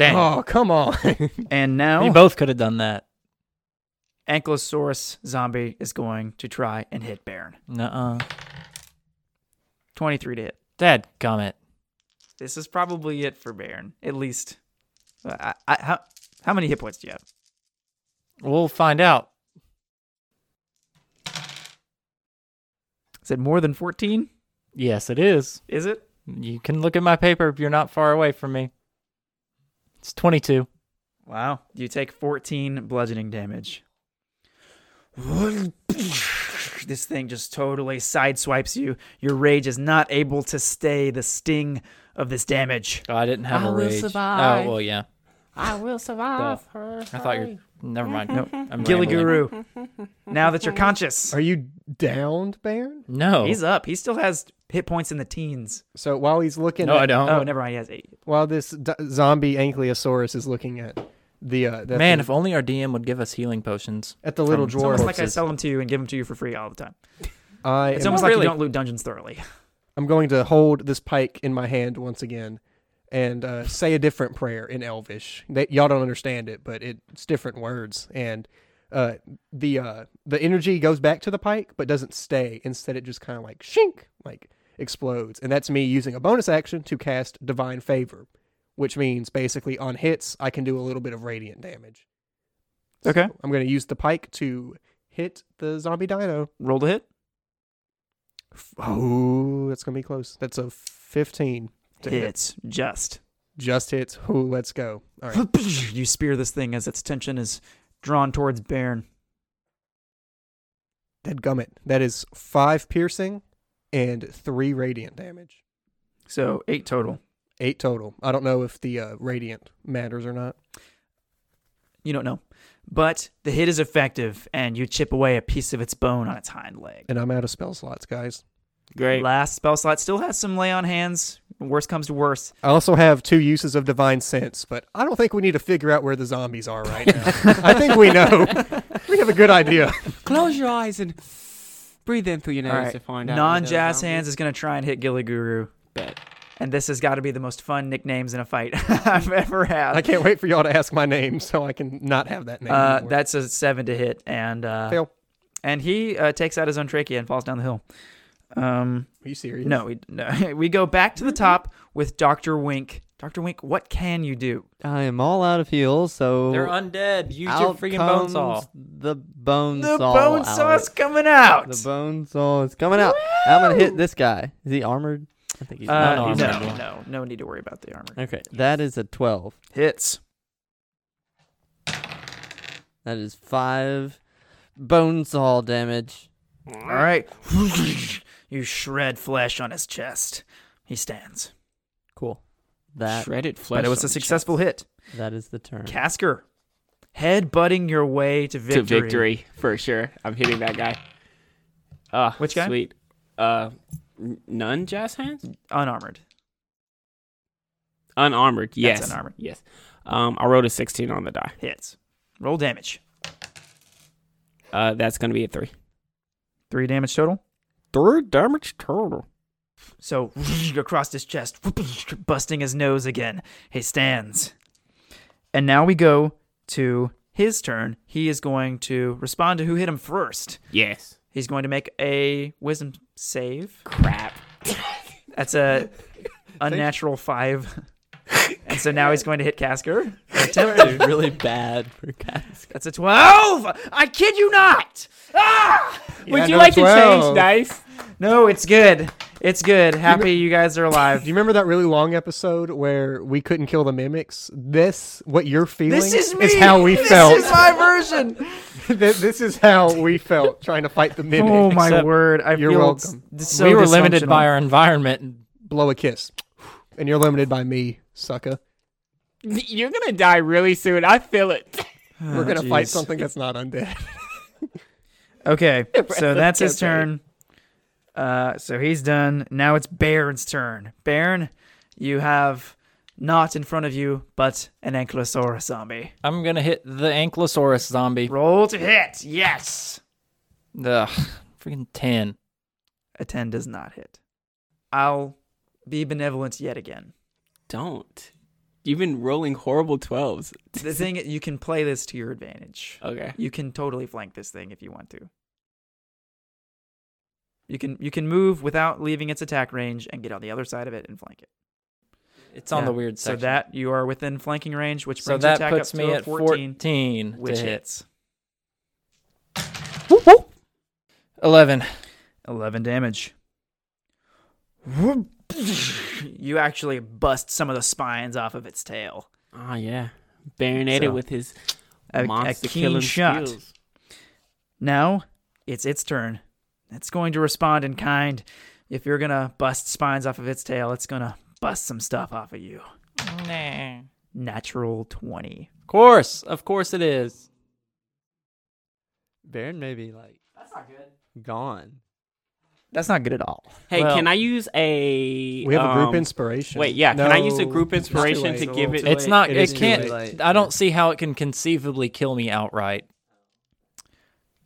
Speaker 4: Oh come on!
Speaker 2: And
Speaker 7: We
Speaker 2: now
Speaker 7: both could have done that.
Speaker 2: Ankylosaurus zombie is going to try and hit Baron.
Speaker 7: Nuh-uh.
Speaker 2: Twenty three to hit.
Speaker 7: Dad, gummit.
Speaker 2: This is probably it for Baron, at least. Uh, I, I, how how many hit points do you have?
Speaker 7: We'll find out.
Speaker 2: Is it more than fourteen?
Speaker 7: Yes, it is.
Speaker 2: Is it?
Speaker 7: You can look at my paper if you're not far away from me. It's 22.
Speaker 2: Wow. You take 14 bludgeoning damage. This thing just totally sideswipes you. Your rage is not able to stay the sting of this damage.
Speaker 7: Oh, I didn't have
Speaker 6: I
Speaker 7: a
Speaker 6: will
Speaker 7: rage.
Speaker 6: survive.
Speaker 7: Oh, well, yeah.
Speaker 6: I will survive her.
Speaker 7: I thought you were. Never mind.
Speaker 2: Nope.
Speaker 7: I'm rambling.
Speaker 2: Gilliguru, now that you're conscious,
Speaker 4: Are you downed, Baron?
Speaker 7: No.
Speaker 2: he's up. He still has hit points in the teens.
Speaker 4: So while he's looking,
Speaker 7: no,
Speaker 4: at, uh,
Speaker 7: I don't.
Speaker 2: Oh, never mind. He has eight.
Speaker 4: while this d- zombie Ankylosaurus is looking at the uh, the-
Speaker 7: Man,
Speaker 4: at
Speaker 7: if only our DM would give us healing potions.
Speaker 4: the, at the little
Speaker 2: It's
Speaker 7: from-
Speaker 4: drawer.
Speaker 2: almost like I
Speaker 7: Corpses.
Speaker 2: sell them to you and give them to you for free all the time.
Speaker 4: I
Speaker 2: It's
Speaker 4: am-
Speaker 2: almost
Speaker 7: Well,
Speaker 2: like
Speaker 7: really-
Speaker 2: you don't loot dungeons thoroughly.
Speaker 4: I'm going to hold this pike in my hand once again and uh, say a different prayer in Elvish. That y'all don't understand it, but it's different words. And uh, the uh, the energy goes back to the pike, but doesn't stay. Instead, it just kind of like shink, like explodes. And that's me using a bonus action to cast Divine Favor, which means basically on hits I can do a little bit of radiant damage.
Speaker 2: Okay.
Speaker 4: So I'm going to use the pike to hit the zombie dino.
Speaker 2: Roll to hit.
Speaker 4: Oh, that's going to be close. That's a 15. to hit.
Speaker 2: It's just.
Speaker 4: Just hits. Ooh, let's go. All right.
Speaker 2: You spear this thing as its tension is drawn towards Baron.
Speaker 4: Dead gummit. That is five piercing and three radiant damage.
Speaker 2: So eight total.
Speaker 4: Eight total. I don't know if the uh, radiant matters or not.
Speaker 2: You don't know. But the hit is effective, and you chip away a piece of its bone on its hind leg.
Speaker 4: And I'm out of spell slots, guys.
Speaker 3: great.
Speaker 2: Last spell slot still has some lay on hands. Worst comes to worst.
Speaker 4: I also have two uses of divine sense, but I don't think we need to figure out where the zombies are right now. I think we know. We have a good idea.
Speaker 6: Close your eyes and breathe in through your nose
Speaker 2: All right.
Speaker 6: to find out.
Speaker 2: Non
Speaker 6: whether
Speaker 2: jazz
Speaker 6: zombie-
Speaker 2: hands is going to try and hit Gilliguru.
Speaker 6: Bet.
Speaker 2: And this has got to be the most fun nicknames in a fight I've ever had.
Speaker 4: I can't wait for y'all to ask my name so I can not have that name.
Speaker 2: Uh,
Speaker 4: anymore.
Speaker 2: that's a seven to hit, and uh,
Speaker 4: Fail.
Speaker 2: and he uh, takes out his own trachea and falls down the hill. Um,
Speaker 4: Are you serious?
Speaker 2: No, we, no. we go back to the top with Dr. Wink. Dr. Wink, what can you do?
Speaker 8: I am all out of heals, so
Speaker 7: They're undead. Use your
Speaker 8: out
Speaker 7: freaking bone saw.
Speaker 8: comes The bone
Speaker 2: The
Speaker 8: saw.
Speaker 2: bone
Speaker 8: out.
Speaker 2: saw's coming out.
Speaker 8: The bone saw is coming out. I'm gonna hit this guy. Is he armored? I think he's
Speaker 2: Uh,
Speaker 7: Not
Speaker 2: no,
Speaker 7: armored.
Speaker 2: no, no, need to worry about the armor.
Speaker 8: Okay, that is a twelve.
Speaker 2: Hits.
Speaker 8: That is five bone saw damage.
Speaker 2: All right. you shred flesh on his chest. He stands.
Speaker 8: Cool. That
Speaker 6: shredded flesh.
Speaker 2: But it was
Speaker 6: on
Speaker 2: a
Speaker 6: the
Speaker 2: successful hit.
Speaker 8: that is the turn.
Speaker 2: Casker, head butting your way to
Speaker 6: chest.
Speaker 2: victory.
Speaker 6: to victory for sure. I'm hitting that guy. Ah,
Speaker 2: Which guy?
Speaker 6: Sweet. Uh, n- none jazz hands.
Speaker 2: Unarmored.
Speaker 6: Unarmored. Yes.
Speaker 2: unarmored.
Speaker 6: Yes. Um, I rolled a 16 on the die.
Speaker 2: Hits. Roll damage.
Speaker 6: Uh, that's gonna be a three.
Speaker 2: Three damage total.
Speaker 6: Three damage total.
Speaker 2: So across his chest, busting his nose again, he stands. And now we go to his turn. He is going to respond to who hit him first.
Speaker 6: Yes.
Speaker 2: He's going to make a wisdom save.
Speaker 6: Crap.
Speaker 2: That's a unnatural five. And so now he's going to hit Casker. Attempt to.
Speaker 8: really bad for cats.
Speaker 2: That's a 12! I kid you not! Ah!
Speaker 6: Would you
Speaker 4: no,
Speaker 6: like to
Speaker 4: 12.
Speaker 6: change dice?
Speaker 2: No, it's good. It's good. Happy you guys are
Speaker 4: Do
Speaker 2: alive.
Speaker 4: you remember that really long episode where we couldn't kill the mimics? This, what you're feeling,
Speaker 2: This is me!
Speaker 4: how we
Speaker 2: This
Speaker 4: felt.
Speaker 2: is my version!
Speaker 4: Th- this is how we felt trying to fight the mimic.
Speaker 2: Oh my
Speaker 7: Except
Speaker 2: word! I
Speaker 4: you're
Speaker 2: feel
Speaker 4: welcome.
Speaker 2: s- so
Speaker 7: we were limited by
Speaker 2: dysfunctional.
Speaker 7: our environment.
Speaker 4: Blow a kiss. and you're limited by me, sucker.
Speaker 6: You're gonna die really soon. I feel it.
Speaker 3: Ah,
Speaker 4: We're gonna fight something that's not undead.
Speaker 2: Okay, so that's his turn. Uh, so he's done. Now it's Baron's turn. Baron, you have not in front of you, but an ankylosaurus zombie.
Speaker 7: I'm gonna hit the ankylosaurus zombie.
Speaker 2: Roll to hit. Yes,
Speaker 7: Ugh, freaking ten.
Speaker 2: a ten does not hit. I'll be benevolent yet again.
Speaker 3: Don't. You've been rolling horrible twelves.
Speaker 2: The thing is, you can play this to your advantage.
Speaker 3: Okay.
Speaker 2: You can totally flank this thing if you want to. You can you can move without leaving its attack range and get on the other side of it and flank it.
Speaker 7: It's on
Speaker 2: Yeah.
Speaker 7: the weird
Speaker 2: So
Speaker 7: section.
Speaker 2: that you are within flanking range, which
Speaker 7: so
Speaker 2: brings
Speaker 7: that
Speaker 2: your attack
Speaker 7: puts
Speaker 2: up
Speaker 7: me
Speaker 2: to a
Speaker 7: at
Speaker 2: 14,
Speaker 7: 14, to
Speaker 2: which
Speaker 7: hit.
Speaker 2: hits.
Speaker 7: Eleven.
Speaker 2: 11 damage. You actually bust some of the spines off of its tail.
Speaker 3: Ah, yeah. Baronated
Speaker 2: So,
Speaker 3: with his
Speaker 2: A, a
Speaker 3: monster
Speaker 2: keen
Speaker 3: killing
Speaker 2: shot.
Speaker 3: skills.
Speaker 2: Now it's its turn. It's going to respond in kind. If you're gonna bust spines off of its tail, it's gonna bust some stuff off of you.
Speaker 7: Nah.
Speaker 2: Natural 20.
Speaker 7: Of course, of course it is.
Speaker 8: Baron may be like gone.
Speaker 2: That's not good at all.
Speaker 3: Hey,
Speaker 7: Well-
Speaker 3: can I use a?
Speaker 4: We have a group
Speaker 3: um,
Speaker 4: inspiration.
Speaker 3: Wait, yeah. Can I use a
Speaker 4: No,
Speaker 3: group
Speaker 4: it's too
Speaker 3: inspiration
Speaker 4: late.
Speaker 3: to give it?
Speaker 2: Too
Speaker 7: It's
Speaker 2: late.
Speaker 7: not.
Speaker 4: It
Speaker 7: It,
Speaker 4: is too
Speaker 7: can't.
Speaker 4: late.
Speaker 7: I don't see how it can conceivably kill me outright.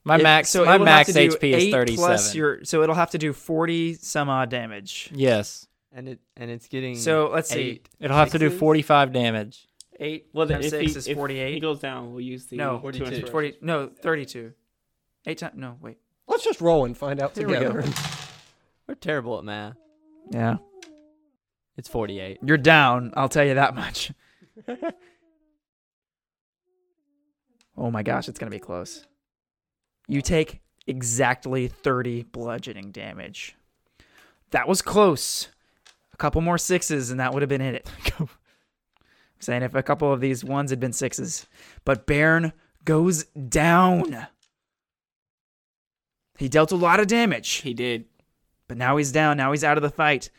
Speaker 7: My
Speaker 2: It-
Speaker 7: max.
Speaker 2: so it
Speaker 7: my
Speaker 2: will have
Speaker 7: max
Speaker 2: to do
Speaker 7: HP is
Speaker 2: eight
Speaker 7: thirty-seven.
Speaker 2: Plus your, so it'll have to do 40 some odd damage.
Speaker 7: yes,
Speaker 8: And it and it's getting
Speaker 2: So let's see.
Speaker 8: eight.
Speaker 7: it'll have to do
Speaker 8: Sixes?
Speaker 7: forty-five damage.
Speaker 2: Eight
Speaker 3: Well, then
Speaker 2: times
Speaker 3: if
Speaker 2: six
Speaker 3: he,
Speaker 2: is
Speaker 3: if he
Speaker 2: 48.
Speaker 3: goes down, we'll use the
Speaker 2: no,
Speaker 3: two
Speaker 8: 42.
Speaker 3: inspiration.
Speaker 2: 40, no, 32. Eight times, no, wait.
Speaker 4: Let's just roll and find out
Speaker 2: Here we go.
Speaker 4: together.
Speaker 8: We're terrible at math.
Speaker 2: Yeah.
Speaker 8: It's forty eight.
Speaker 2: You're down, I'll tell you that much. oh my gosh, it's going to be close. You take exactly 30 bludgeoning damage. That was close. A couple more sixes, and that would have been it. I'm saying if a couple of these ones had been sixes. But Bairn goes down. He dealt a lot of damage.
Speaker 3: He did.
Speaker 2: But now he's down. Now he's out of the fight.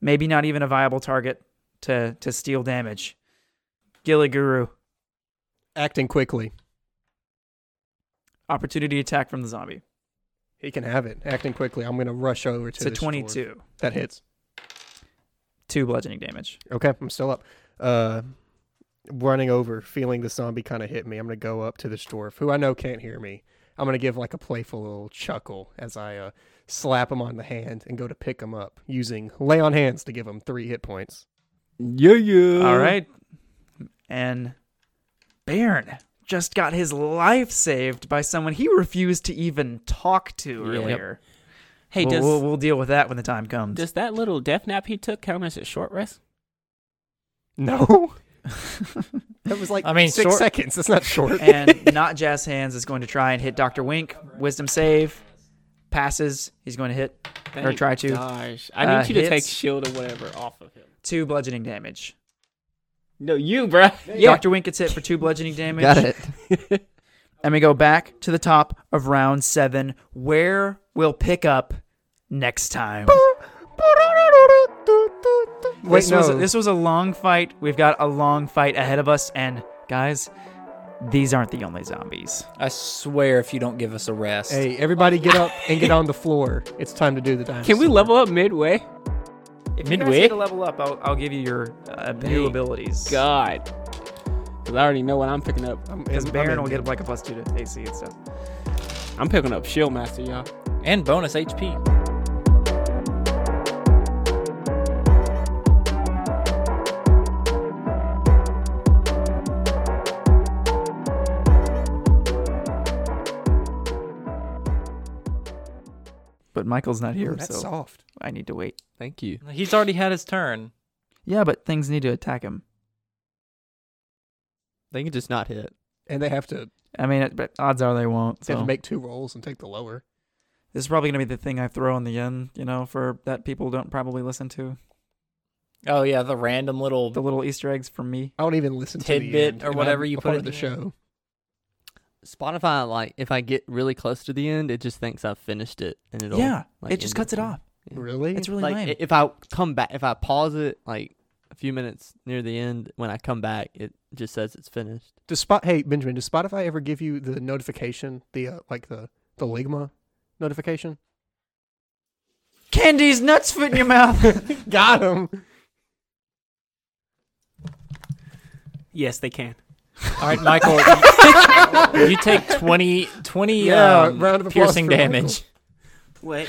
Speaker 2: Maybe not even a viable target to to steal damage. Gilliguru,
Speaker 4: Acting quickly.
Speaker 2: opportunity attack from the zombie.
Speaker 4: He can have it. Acting quickly. I'm gonna rush over to
Speaker 2: It's a
Speaker 4: this
Speaker 2: twenty-two,
Speaker 4: sword. That hits.
Speaker 2: two bludgeoning damage.
Speaker 4: Okay, I'm still up. Uh, running over, feeling the zombie kind of hit me. I'm gonna go up to this dwarf, who I know can't hear me. I'm gonna give like a playful little chuckle as I uh, slap him on the hand and go to pick him up using lay on hands to give him three hit points.
Speaker 7: Yeah, yeah.
Speaker 2: All right, and Bairn just got his life saved by someone he refused to even talk to
Speaker 3: Yep.
Speaker 2: earlier.
Speaker 3: Hey,
Speaker 2: we'll,
Speaker 3: does
Speaker 2: we'll, we'll deal with that when the time comes.
Speaker 3: does that little death nap he took count as a short rest?
Speaker 4: No, that was like
Speaker 7: I mean,
Speaker 4: six
Speaker 7: short-
Speaker 4: seconds. That's not short.
Speaker 2: and not Jazz Hands is going to try and hit Doctor Wink. Wisdom save passes. He's going to hit. Or try to.
Speaker 3: Gosh, I need
Speaker 2: Uh,
Speaker 3: you to take
Speaker 2: hits.
Speaker 3: shield or whatever off of him.
Speaker 2: two bludgeoning damage.
Speaker 3: No, you, bruh.
Speaker 2: Dr. Wink gets hit for two bludgeoning damage.
Speaker 8: Got it.
Speaker 2: And we go back to the top of round seven, where we'll pick up next time.
Speaker 4: Wait,
Speaker 2: this,
Speaker 4: no.
Speaker 2: was, this was a long fight. We've got a long fight ahead of us. And guys, these aren't the only zombies.
Speaker 7: I swear, if you don't give us a rest,
Speaker 4: Hey, everybody get up and get on the floor. It's time to do the dinosaur.
Speaker 6: Can we level up midway?
Speaker 2: If
Speaker 6: you guys Midway? need
Speaker 2: to
Speaker 6: to
Speaker 2: level up, I'll, give you your uh, new
Speaker 3: new
Speaker 2: abilities.
Speaker 3: God, because I already know what I'm picking up.
Speaker 4: I'm-
Speaker 2: Because
Speaker 4: I'm
Speaker 2: Baron
Speaker 4: in.
Speaker 2: will get like a plus two to AC and stuff.
Speaker 3: I'm picking up shield master, y'all.
Speaker 7: and bonus HP.
Speaker 2: But Michael's not here,
Speaker 4: Ooh, that's
Speaker 2: so
Speaker 4: soft.
Speaker 2: I need to wait.
Speaker 8: Thank you.
Speaker 7: He's already had his turn.
Speaker 2: Yeah, but things need to attack him.
Speaker 8: They can just not hit.
Speaker 4: And they have to
Speaker 2: I mean, it- but odds are they won't.
Speaker 4: they have
Speaker 2: so.
Speaker 4: to make two rolls and take the lower.
Speaker 2: This is probably gonna be the thing I throw in the end, you know, for that people don't probably listen to.
Speaker 7: Oh yeah, the random little.
Speaker 2: The little Easter eggs from me.
Speaker 4: I don't even listen to the
Speaker 7: Tidbit
Speaker 4: end,
Speaker 7: or
Speaker 4: and
Speaker 7: whatever
Speaker 4: I'm
Speaker 7: you
Speaker 4: a
Speaker 7: put
Speaker 4: part
Speaker 7: at
Speaker 4: of the
Speaker 7: the
Speaker 4: show.
Speaker 8: Spotify, like if I get really close to the end, it just thinks I've finished it, and it'll
Speaker 2: yeah,
Speaker 8: like,
Speaker 2: it just
Speaker 8: end
Speaker 2: cuts it
Speaker 8: for me.
Speaker 2: off.
Speaker 8: Yeah.
Speaker 4: Really?
Speaker 2: It's really
Speaker 8: Like
Speaker 2: lame.
Speaker 8: i- if I come back, if I pause it, like a few minutes near the end, when I come back, it just says it's finished.
Speaker 4: Does Spot? Hey, Benjamin, does Spotify ever give you the notification, the uh, like the the Ligma notification?
Speaker 2: Candy's nuts fit in your mouth.
Speaker 4: Got him.
Speaker 3: Yes, they can.
Speaker 7: All right, Michael, you, you take 20, 20
Speaker 4: Yeah,
Speaker 7: um,
Speaker 4: round of applause
Speaker 7: piercing
Speaker 4: for Michael.
Speaker 7: damage.
Speaker 3: What?